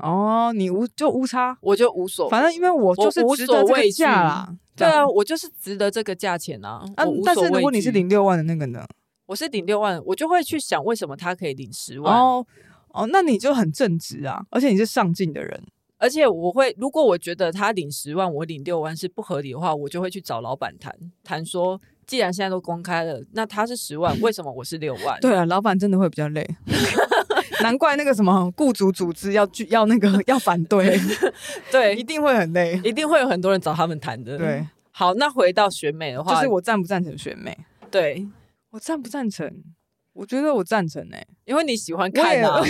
[SPEAKER 2] 哦，你无就无差，
[SPEAKER 1] 我就无所谓，
[SPEAKER 2] 反正因为哦我就是
[SPEAKER 1] 我无
[SPEAKER 2] 值
[SPEAKER 1] 所
[SPEAKER 2] 得这
[SPEAKER 1] 畏
[SPEAKER 2] 个
[SPEAKER 1] 惧
[SPEAKER 2] 价啦。这
[SPEAKER 1] 对
[SPEAKER 2] 样
[SPEAKER 1] 啊，，我就是值得这个价钱啊！
[SPEAKER 2] 啊
[SPEAKER 1] 我无，
[SPEAKER 2] 但
[SPEAKER 1] 所
[SPEAKER 2] 是如
[SPEAKER 1] 畏
[SPEAKER 2] 果你是
[SPEAKER 1] 惧，
[SPEAKER 2] 领六万的那个呢？
[SPEAKER 1] 我是领六万，我就会去想为什么他可以领十万，
[SPEAKER 2] 哦哦，那你就很正直啊，而且你是上进的人。
[SPEAKER 1] 而且我会，如果我觉得他领十万，我领六万是不合理的话，我就会去找老板谈谈说，既然现在都公开了，那他是十 万，为什么我是六万？
[SPEAKER 2] 对啊，老板真的会比较累， 难怪那个什么雇主组织要拒要那个要反对，一
[SPEAKER 1] 对，嗯
[SPEAKER 2] 定会很累。
[SPEAKER 1] 一定会有很多人找他们谈的。
[SPEAKER 2] 对，，
[SPEAKER 1] 好，那回到选美的话，
[SPEAKER 2] 就是我赞不赞成选美？
[SPEAKER 1] 对，
[SPEAKER 2] 我赞不赞成？我觉得我赞成哎、
[SPEAKER 1] 因为你喜欢
[SPEAKER 2] 我
[SPEAKER 1] 看
[SPEAKER 2] 也
[SPEAKER 1] 啊，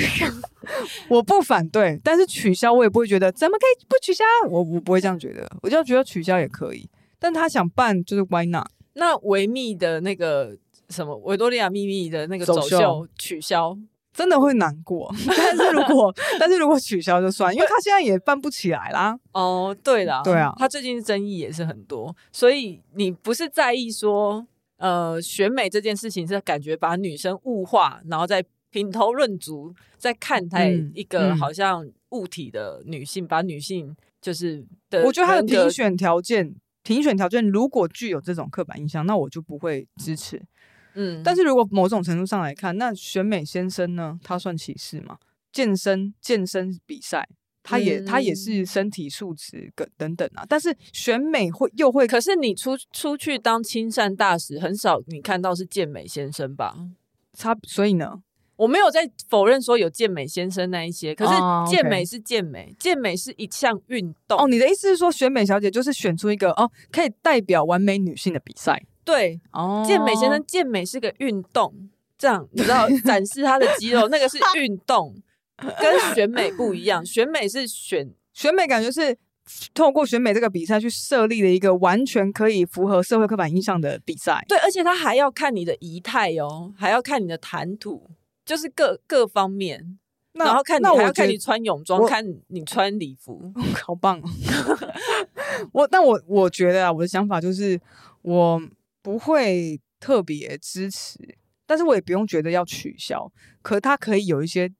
[SPEAKER 2] 我不反对，但是取消我也不会觉得怎么可以不取消，我我不会这样觉得，我就觉得取消也可以。但他想办就是 why not？
[SPEAKER 1] 那维密的那个什么维多利亚秘密的那个
[SPEAKER 2] 走
[SPEAKER 1] 走
[SPEAKER 2] 秀
[SPEAKER 1] 秀取消，
[SPEAKER 2] 真的会难过。 但是如果但是如果取消就算，因为他现在也办不起来啦。
[SPEAKER 1] 哦，对啦，
[SPEAKER 2] 对啊
[SPEAKER 1] 他最近争议也是很多，所以你不是在意说，呃，选美这件事情是感觉把女生物化，然后再品头论足，再看待
[SPEAKER 2] 嗯
[SPEAKER 1] 一个
[SPEAKER 2] 嗯
[SPEAKER 1] 好像物体的女性，把女性就是的人格，
[SPEAKER 2] 我觉得他的评选条件，评选条件如果具有这种刻板印象，那我就不会支持。
[SPEAKER 1] 嗯，
[SPEAKER 2] 但
[SPEAKER 1] 但是
[SPEAKER 2] 是如果某种程度上来看，那选美先生呢，他算歧视吗？健身健身比赛。他也他也
[SPEAKER 1] 嗯
[SPEAKER 2] 是身体素质跟等等啊，但是选美会又会
[SPEAKER 1] 可是你出出去当亲善大使，很少你看到是健美先生吧？
[SPEAKER 2] 差，所以呢，
[SPEAKER 1] 我没有在否认说有健美先生那一些，可
[SPEAKER 2] 哦
[SPEAKER 1] 是
[SPEAKER 2] ，OK
[SPEAKER 1] 健美是健美，健美是一项运动
[SPEAKER 2] 哦，你的意思是说选美小姐就是选出一个哦可以代表完美女性的比赛
[SPEAKER 1] 对，
[SPEAKER 2] 哦，
[SPEAKER 1] 健美先生，健美是个运动，这样你知道展示他的肌肉，那个是 运动，跟选美不一样。选美是选
[SPEAKER 2] 选美感觉是透过选美这个比赛去设立了一个完全可以符合社会刻板印象的比赛。
[SPEAKER 1] 对，而且他还要看你的仪态哦，还要看你的谈吐，就是各各方面，
[SPEAKER 2] 那
[SPEAKER 1] 然后看你
[SPEAKER 2] 那我
[SPEAKER 1] 还要
[SPEAKER 2] 觉
[SPEAKER 1] 看
[SPEAKER 2] 得
[SPEAKER 1] 你穿泳装，
[SPEAKER 2] 我
[SPEAKER 1] 看你穿礼服。
[SPEAKER 2] 好棒、哦！ 我但我我觉得啊，我的想法就是我不会特别支持，但是我也不用觉得要取消，可它可以有一些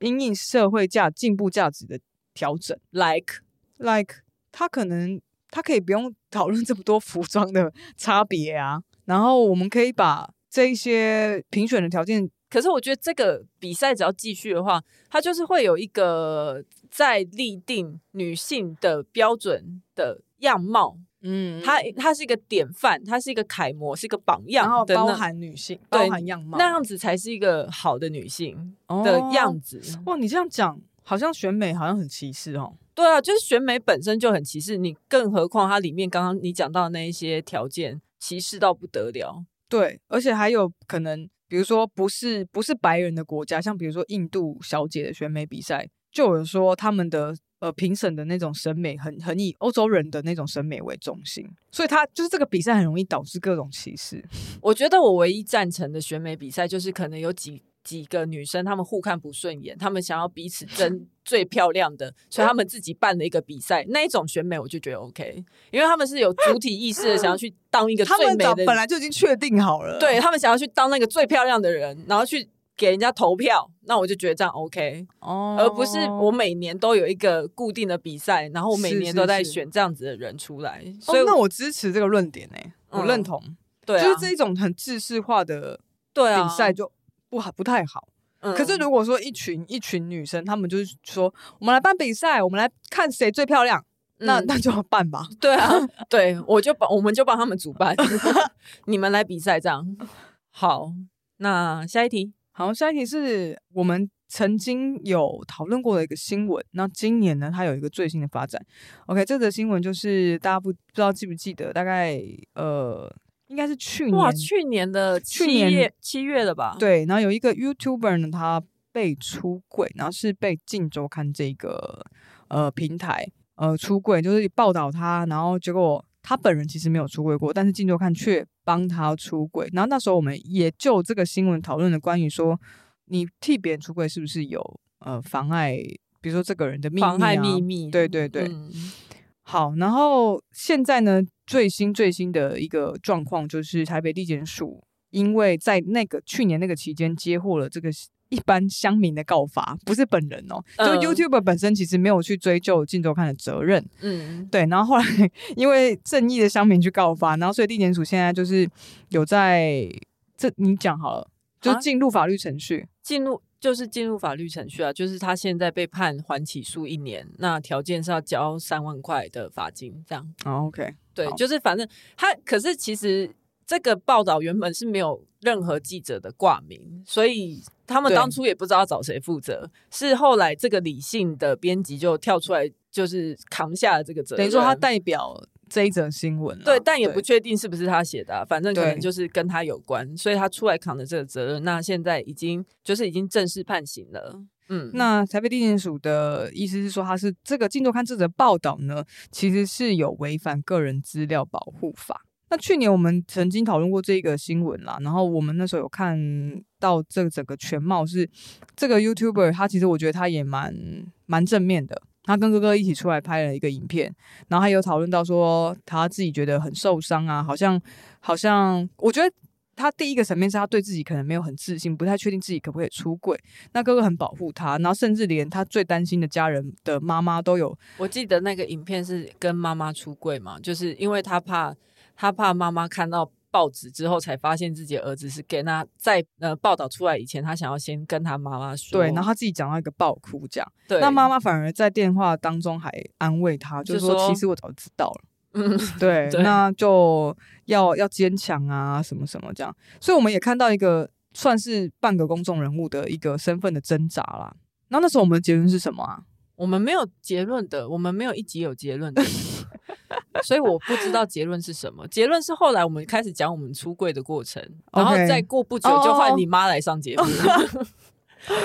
[SPEAKER 2] 因应社会价进步价值的调整。
[SPEAKER 1] like
[SPEAKER 2] like 他可能他可以不用讨论这么多服装的差别啊，然后我们可以把这一些评选的条件，
[SPEAKER 1] 可是我觉得这个比赛只要继续的话，它就是会有一个在立定女性的标准的样貌，
[SPEAKER 2] 嗯
[SPEAKER 1] 它它是一个典范，它是一个楷模，是一个榜
[SPEAKER 2] 然后
[SPEAKER 1] 样的
[SPEAKER 2] 包
[SPEAKER 1] 那
[SPEAKER 2] 含女性，
[SPEAKER 1] 对
[SPEAKER 2] 包含样貌
[SPEAKER 1] 那样子才是一个好的女性的
[SPEAKER 2] 哦
[SPEAKER 1] 样子。
[SPEAKER 2] 哇，你这样讲好像选美好像很歧视哦。
[SPEAKER 1] 对啊，就是选美本身就很歧视你，更何况它里面刚刚你讲到的那一些条件歧视到不得了。
[SPEAKER 2] 对，而且还有可能，比如说不是不是白人的国家，像比如说印度小姐的选美比赛，就有说他们的呃评审的那种审美很很以欧洲人的那种审美为中心，所以他就是这个比赛很容易导致各种歧视。
[SPEAKER 1] 我觉得我唯一赞成的选美比赛就是可能有几。几个女生，她们互看不顺眼，她们想要彼此 争最漂亮的，所以她们自己办了一个比赛。那一种选美我就觉得 OK，因为她们是有主体意识的，想要去当一个
[SPEAKER 2] 他
[SPEAKER 1] 最
[SPEAKER 2] 们
[SPEAKER 1] 美
[SPEAKER 2] 早
[SPEAKER 1] 的
[SPEAKER 2] 本来就已经确定好 了，
[SPEAKER 1] 对他们想要去当那个最漂亮的人，然后去给人家投票，那我就觉得这样 OK，、
[SPEAKER 2] 哦
[SPEAKER 1] 而不是我每年都有一个固定的比赛，然后我每
[SPEAKER 2] 是
[SPEAKER 1] 年
[SPEAKER 2] 是
[SPEAKER 1] 都在
[SPEAKER 2] 是
[SPEAKER 1] 选这样子的人出来，
[SPEAKER 2] 所
[SPEAKER 1] 所
[SPEAKER 2] 以、
[SPEAKER 1] 以
[SPEAKER 2] 哦那我支持这个论点呢、欸我认
[SPEAKER 1] 嗯
[SPEAKER 2] 同，
[SPEAKER 1] 对啊，
[SPEAKER 2] 就是这一种很制式化的
[SPEAKER 1] 对啊
[SPEAKER 2] 比赛就不好、不太好。
[SPEAKER 1] 嗯
[SPEAKER 2] 可是如果说一群一群女生，她们就是说，我们来办比赛，我们来看谁最漂亮，那
[SPEAKER 1] 嗯
[SPEAKER 2] 那就办吧。
[SPEAKER 1] 对啊，对我就帮我们就帮他们主 办，你们来比赛这样好。那下一题，
[SPEAKER 2] 好，下一题是我们曾经有讨论过的一个新闻，那今年呢，它有一个最新的发展。OK，这则新闻就是大家不不知道记不记得，大概呃，应该是去年
[SPEAKER 1] 哇，去年的
[SPEAKER 2] 去
[SPEAKER 1] 七
[SPEAKER 2] 年
[SPEAKER 1] 月七月了吧？，
[SPEAKER 2] 对，然后有一个 YouTuber 呢，他被出柜，然后是被《镜周刊》这个呃平台呃出柜，就是报道他，然后结果他本人其实没有出柜过，但是《镜周刊》却帮他出柜。然后那时候我们也就这个新闻讨论了关于说，你替别人出柜是不是有呃妨碍，比如说这个人的秘密、啊、
[SPEAKER 1] 妨害秘密，
[SPEAKER 2] 对对对
[SPEAKER 1] 嗯
[SPEAKER 2] 好，然后现在呢，最新最新的一个状况就是台北地检署，因为在那个去年那个期间接获了这个一般乡民的告发，不是本人哦，就
[SPEAKER 1] 嗯
[SPEAKER 2] YouTube 本身其实没有去追究《镜周刊》的责任，
[SPEAKER 1] 嗯，
[SPEAKER 2] 对，然后后来 因为正义的乡民去告发，然后所以地检署现在就是有在这你讲好了，就
[SPEAKER 1] 啊
[SPEAKER 2] 进入法律程序，
[SPEAKER 1] 进入就是进入法律程序啊，就是他现在被判缓起诉一年，那条件是要交三万块的罚金，这样
[SPEAKER 2] 哦，OK，
[SPEAKER 1] 对，
[SPEAKER 2] 好
[SPEAKER 1] 就是反正他可是其实这个报道原本是没有任何记者的挂名，所以他们
[SPEAKER 2] 对
[SPEAKER 1] 当初也不知道要找谁负责，是后来这个理性的编辑就跳出来，就是扛下了这个责任，
[SPEAKER 2] 等于说他代表这一则新闻啦，
[SPEAKER 1] 对，但也不确定是不是他写的啊、反正可能
[SPEAKER 2] 对
[SPEAKER 1] 就是跟他有关，所以他出来扛的这个责任，那现在已经就是已经正式判刑了。嗯，
[SPEAKER 2] 那台北地检署的意思是说，他是这个《镜周刊》这则报道呢，其实是有违反个人资料保护法。那去年我们曾经讨论过这个新闻啦，然后我们那时候有看到这整个全貌是这个 YouTuber，他其实我觉得他也蛮蛮正面的。他跟哥哥一起出来拍了一个影片，然后他有讨论到说他自己觉得很受伤啊，好像好像我觉得他第一个层面是他对自己可能没有很自信，不太确定自己可不可以出柜。那哥哥很保护他，然后甚至连他最担心的家人的妈妈都有，
[SPEAKER 1] 我记得那个影片是跟妈妈出柜嘛，就是因为他怕他怕妈妈看到报纸之后才发现自己的儿子是 gay，那在呃报道出来以前，他想要先跟他妈妈说，
[SPEAKER 2] 对，然后他自己讲到一个爆哭这样，
[SPEAKER 1] 对
[SPEAKER 2] 那妈妈反而在电话当中还安慰他，就
[SPEAKER 1] 就是
[SPEAKER 2] 说
[SPEAKER 1] 说
[SPEAKER 2] 其实我早就知 道了，
[SPEAKER 1] 嗯
[SPEAKER 2] 对，
[SPEAKER 1] 对
[SPEAKER 2] 那就要要坚强啊，什么什么这样，所以我们也看到一个算是半个公众人物的一个身份的挣扎啦。然后那时候我们的结论是什么啊？
[SPEAKER 1] 我们没有结论的，我们没有一集有结 论的，所以我不知道结论是什么。结论是后来我们开始讲我们出柜的过程，然后
[SPEAKER 2] OK 哦
[SPEAKER 1] 再过不久就换你妈来上节目。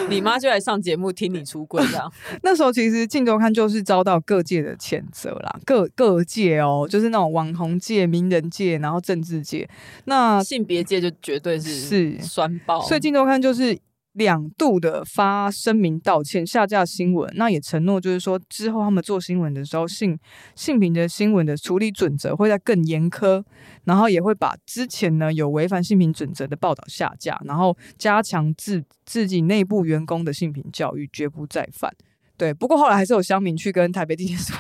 [SPEAKER 1] 你妈就来上节目听你出轨这样。
[SPEAKER 2] 那时候其实《镜周刊》就是遭到各界的谴责啦，各各界哦，就是那种网红界、名人界，然后政治界。那
[SPEAKER 1] 性别界就绝对是
[SPEAKER 2] 是
[SPEAKER 1] 酸爆，
[SPEAKER 2] 所以《镜周刊》就是两度的发声明道歉，下架新闻，那也承诺就是说，之后他们做新闻的时候，性性平的新闻的处理准则会在更严苛，然后也会把之前呢有违反性平准则的报道下架，然后加强自自己内部员工的性平教育，绝不再犯。对，不过后来还是有乡民去跟台北地检署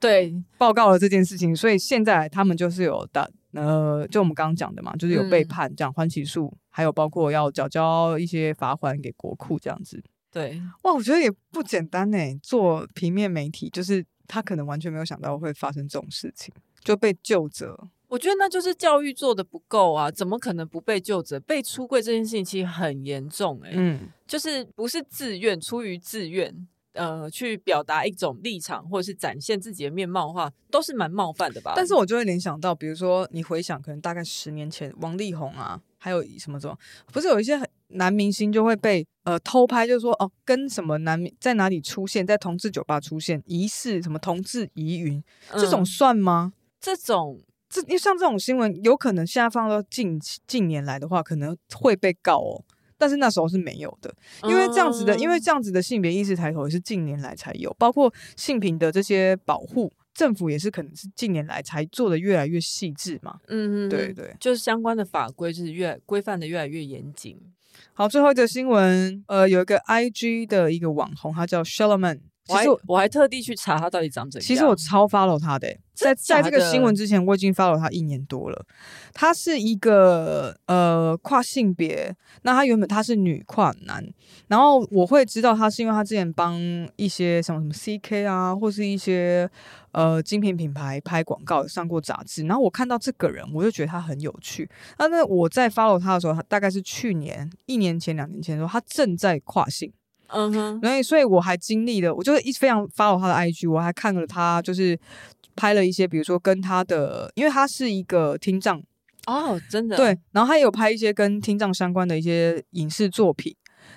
[SPEAKER 1] 对
[SPEAKER 2] 报告了这件事情，所以现在他们就是有打呃，就我们刚刚讲的嘛，就是有被
[SPEAKER 1] 嗯
[SPEAKER 2] 判这样缓起诉，还有包括要缴交一些罚款给国库这样子。
[SPEAKER 1] 对，
[SPEAKER 2] 哇，我觉得也不简单呢、做平面媒体就是他可能完全没有想到会发生这种事情，就被就责。
[SPEAKER 1] 我觉得那就是教育做的不够啊，怎么可能不被救责？被出柜这件事情其实很严重哎、
[SPEAKER 2] 嗯，
[SPEAKER 1] 就是不是自愿，出于自愿。呃，去表达一种立场，或者是展现自己的面貌的话，都是蛮冒犯的吧？
[SPEAKER 2] 但是我就会联想到，比如说你回想，可能大概十年前，王力宏啊，还有什么什么，不是有一些很男明星就会被呃偷拍，就说哦跟什么男明在哪里出现，在同志酒吧出现，疑似什么同志疑云，这种
[SPEAKER 1] 嗯
[SPEAKER 2] 算吗？
[SPEAKER 1] 这种
[SPEAKER 2] 这因为像这种新闻，有可能现在放到近近年来的话，可能会被告哦。但是那时候是没有的，因为这样子的，
[SPEAKER 1] 哦
[SPEAKER 2] 因为这样子的性别意识抬头也是近年来才有，包括性平的这些保护，政府也是可能是近年来才做的越来越细致嘛。
[SPEAKER 1] 嗯，嗯嗯
[SPEAKER 2] 对对。
[SPEAKER 1] 就是相关的法规就是越规范的越来越严谨。
[SPEAKER 2] 好，最后一则新闻，呃，有一个 IG 的一个网红，他叫 Shalman。
[SPEAKER 1] 我
[SPEAKER 2] 其
[SPEAKER 1] 还
[SPEAKER 2] 实我
[SPEAKER 1] 我还特地去查他到底长怎样。
[SPEAKER 2] 其实我超 follow 他的欸、在
[SPEAKER 1] 真假的
[SPEAKER 2] 在这个新闻之前，我已经 follow 他一年多了。他是一个呃跨性别，那他原本他是女跨男，然后我会知道他是因为他之前帮一些什么什么 CK 啊，或是一些呃精品品牌拍广告，上过杂志。然后我看到这个人，我就觉得他很有趣。那那我在 follow 他的时候，他大概是去年一年前、两年前的时候，他正在跨性。
[SPEAKER 1] 嗯哼，
[SPEAKER 2] 所以，所以我还经历了，我就是一直非常 follow 他的 IG，我还看了他就是拍了一些，比如说跟他的，因为他是一个听障，
[SPEAKER 1] 哦，真的
[SPEAKER 2] 对，然后他也有拍一些跟听障相关的一些影视作品，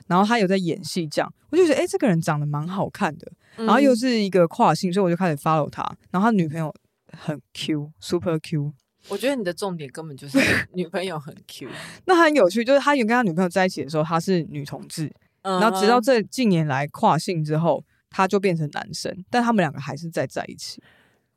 [SPEAKER 2] 然后他有在演戏这样，我就觉得哎、诶这个人长得蛮好看的，
[SPEAKER 1] 嗯
[SPEAKER 2] 然后又是一个跨性，所以我就开始 follow 他，然后他女朋友很 Q，super Q，
[SPEAKER 1] 我觉得你的重点根本就是 女朋友很 Q，
[SPEAKER 2] 那很有趣，就是他原跟他女朋友在一起的时候，他是女同志，
[SPEAKER 1] 然
[SPEAKER 2] 然后直到这近年来跨性之后，他就变成男生，但他们两个还是在在一起。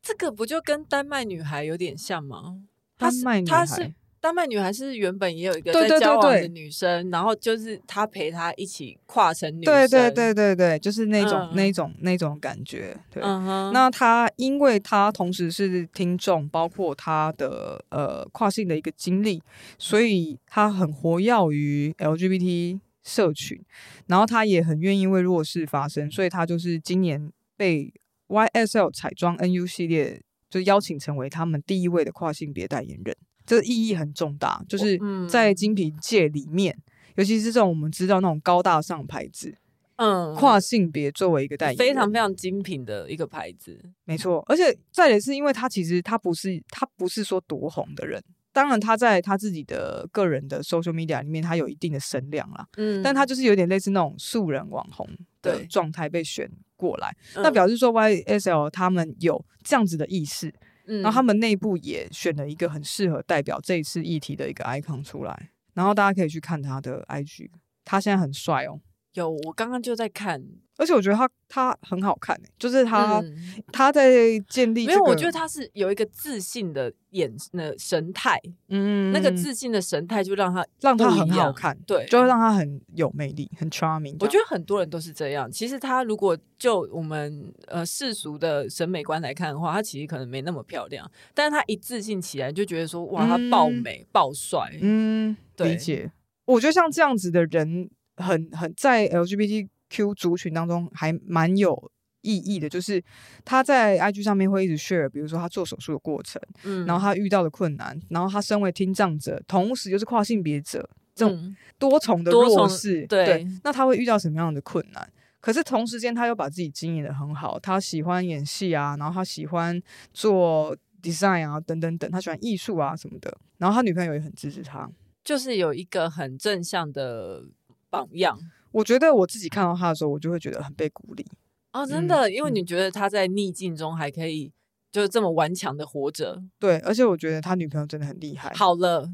[SPEAKER 1] 这个不就跟丹麦女孩有点像吗？她
[SPEAKER 2] 丹
[SPEAKER 1] 是
[SPEAKER 2] 麦女
[SPEAKER 1] 她
[SPEAKER 2] 孩
[SPEAKER 1] 是丹麦女孩是原本也有一个
[SPEAKER 2] 对
[SPEAKER 1] 在
[SPEAKER 2] 对对
[SPEAKER 1] 交往的
[SPEAKER 2] 对
[SPEAKER 1] 女生，然后就是她陪她一起跨成女
[SPEAKER 2] 对
[SPEAKER 1] 生，
[SPEAKER 2] 对对，对对，就是那种、
[SPEAKER 1] 嗯嗯
[SPEAKER 2] 那种那种感觉。对，
[SPEAKER 1] 嗯哼，
[SPEAKER 2] 那他因为他同时是听众，包括他的呃跨性的一个经历，
[SPEAKER 1] 嗯
[SPEAKER 2] 所以他很活跃于 LGBT 社群，然后他也很愿意为弱势发声，所以他就是今年被 YSL 彩妆 NU 系列就邀请成为他们第一位的跨性别代言人，这意义很重大，就是
[SPEAKER 1] 嗯
[SPEAKER 2] 在精品界里面。尤其是这种我们知道那种高大上牌子，
[SPEAKER 1] 嗯
[SPEAKER 2] 跨性别作为一个代言人，
[SPEAKER 1] 非常非常精品的一个牌子，
[SPEAKER 2] 没错，而且再也是因为他其实他不是他不是说多红的人，当然他在他自己的个人的 social media 里面，他有一定的声量啦，
[SPEAKER 1] 嗯
[SPEAKER 2] 但他就是有点类似那种素人网红的
[SPEAKER 1] 对
[SPEAKER 2] 状态被选过来，那
[SPEAKER 1] 嗯
[SPEAKER 2] 表示说 YSL 他们有这样子的意识，
[SPEAKER 1] 嗯
[SPEAKER 2] 然后他们内部也选了一个很适合代表这一次议题的一个 icon 出来，然后大家可以去看他的 IG，他现在很帅哦，
[SPEAKER 1] 有我刚刚就在看，
[SPEAKER 2] 而且我觉得他他很好看、欸，就是他、
[SPEAKER 1] 嗯
[SPEAKER 2] 他在建立、
[SPEAKER 1] 没
[SPEAKER 2] 这个，
[SPEAKER 1] 有，我觉得他是有一个自信的眼呃神态，
[SPEAKER 2] 嗯
[SPEAKER 1] 那个自信的神态就让他
[SPEAKER 2] 让它
[SPEAKER 1] 不一
[SPEAKER 2] 很好
[SPEAKER 1] 样
[SPEAKER 2] 看，
[SPEAKER 1] 对
[SPEAKER 2] 就会让它很有魅力，很 charming 这样。
[SPEAKER 1] 我觉得很多人都是这样。其实她如果就我们呃世俗的审美观来看的话，她其实可能没那么漂亮，但是她一自信起来，就觉得说哇，她
[SPEAKER 2] 嗯
[SPEAKER 1] 爆美、爆帅。
[SPEAKER 2] 嗯，
[SPEAKER 1] 对
[SPEAKER 2] 理解。我觉得像这样子的人，很很在 LGBTQ 族群当中还蛮有意义的，就是他在 IG 上面会一直 share，比如说他做手术的过程，
[SPEAKER 1] 嗯
[SPEAKER 2] 然后他遇到的困难，然后他身为听障者，同时又是跨性别者，这种
[SPEAKER 1] 嗯
[SPEAKER 2] 多重的
[SPEAKER 1] 多重
[SPEAKER 2] 弱势，
[SPEAKER 1] 对
[SPEAKER 2] 那他会遇到什么样的困难？可是同时间，他又把自己经营的很好，他喜欢演戏啊，然后他喜欢做 design 啊，等等等，他喜欢艺术啊什么的。然后他女朋友也很支持他，
[SPEAKER 1] 就是有一个很正向的榜样。
[SPEAKER 2] 我觉得我自己看到他的时候，我就会觉得很被鼓励。
[SPEAKER 1] 哦，真
[SPEAKER 2] 嗯
[SPEAKER 1] 的，因为你觉得他在逆境中还可以就是这么顽强的活着。
[SPEAKER 2] 对，而且我觉得他女朋友真的很厉害。
[SPEAKER 1] 好了，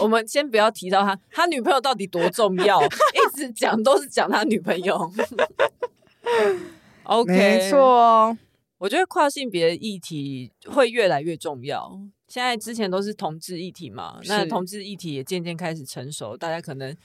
[SPEAKER 1] 我们先不要提到他，他女朋友到底多重 要，一直讲都是讲他女朋友。OK，
[SPEAKER 2] 没错，哦，
[SPEAKER 1] 我觉得跨性别议题会越来越重要。现在之前都是同志议题嘛，那
[SPEAKER 2] 是
[SPEAKER 1] 同志议题也渐渐开始成熟，大家可能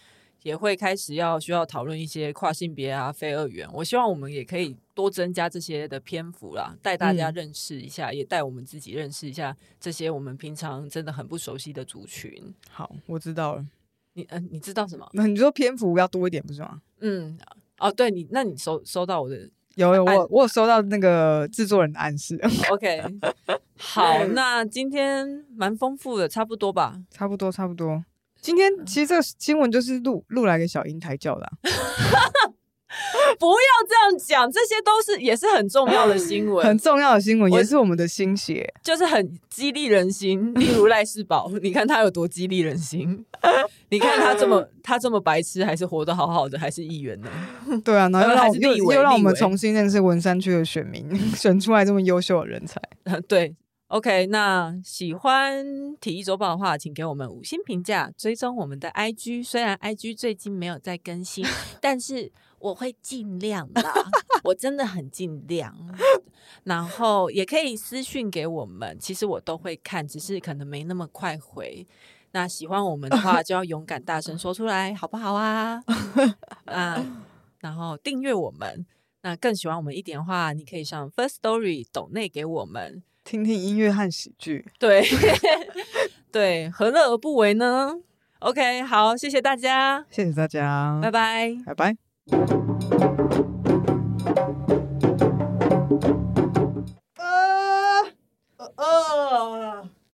[SPEAKER 1] 也会开始要需要讨论一些跨性别啊、非二元。我希望我们也可以多增加这些的篇幅啦，带大家
[SPEAKER 2] 嗯
[SPEAKER 1] 认识一下，也带我们自己认识一下这些我们平常真的很不熟悉的族群。
[SPEAKER 2] 好，我知道了。
[SPEAKER 1] 你嗯、你知道什么？
[SPEAKER 2] 那你说篇幅要多一点，不是吗？
[SPEAKER 1] 嗯，哦，对你，那你收收到我的
[SPEAKER 2] 有有，
[SPEAKER 1] 暗
[SPEAKER 2] 我我有收到那个制作人的暗示，
[SPEAKER 1] OK，好，那今天蛮丰富的，差不多吧。
[SPEAKER 2] 差不多差不多。今天其实这个新闻就是录录来给小英抬轿的啊、
[SPEAKER 1] 不要这样讲，这些都是也是很重要的新
[SPEAKER 2] 很
[SPEAKER 1] 闻，
[SPEAKER 2] 重要的新闻，
[SPEAKER 1] 我
[SPEAKER 2] 也是我们的 心血。
[SPEAKER 1] 就是很激励人心。例如赖世宝，你看他有多激励人心，你看他这么他这么白痴，还是活得好好的，还是议员呢？
[SPEAKER 2] 对啊，然后又
[SPEAKER 1] 呃
[SPEAKER 2] 让
[SPEAKER 1] 还
[SPEAKER 2] 我
[SPEAKER 1] 是
[SPEAKER 2] 又
[SPEAKER 1] 立委
[SPEAKER 2] 又让我们
[SPEAKER 1] 立委
[SPEAKER 2] 重新认识文山区的选民， 选出来这么优秀的人才。
[SPEAKER 1] 对。OK，那喜欢体育周报的话，请给我们五星评价，追踪我们的 IG。虽然 IG 最近没有在更新，但是我会尽量啦，我真的很尽量。然后也可以私讯给我们，其实我都会看，只是可能没那么快回。那喜欢我们的话，就要勇敢大声说出来，好不好啊？啊，然后订阅我们。那更喜欢我们一点的话，你可以上 First Story 抖内给我们。
[SPEAKER 2] 听听音乐和喜剧，
[SPEAKER 1] 对对，何乐而不为呢？OK，好，谢谢大家，
[SPEAKER 2] 嗯谢谢大家，
[SPEAKER 1] 拜拜。
[SPEAKER 2] 拜拜。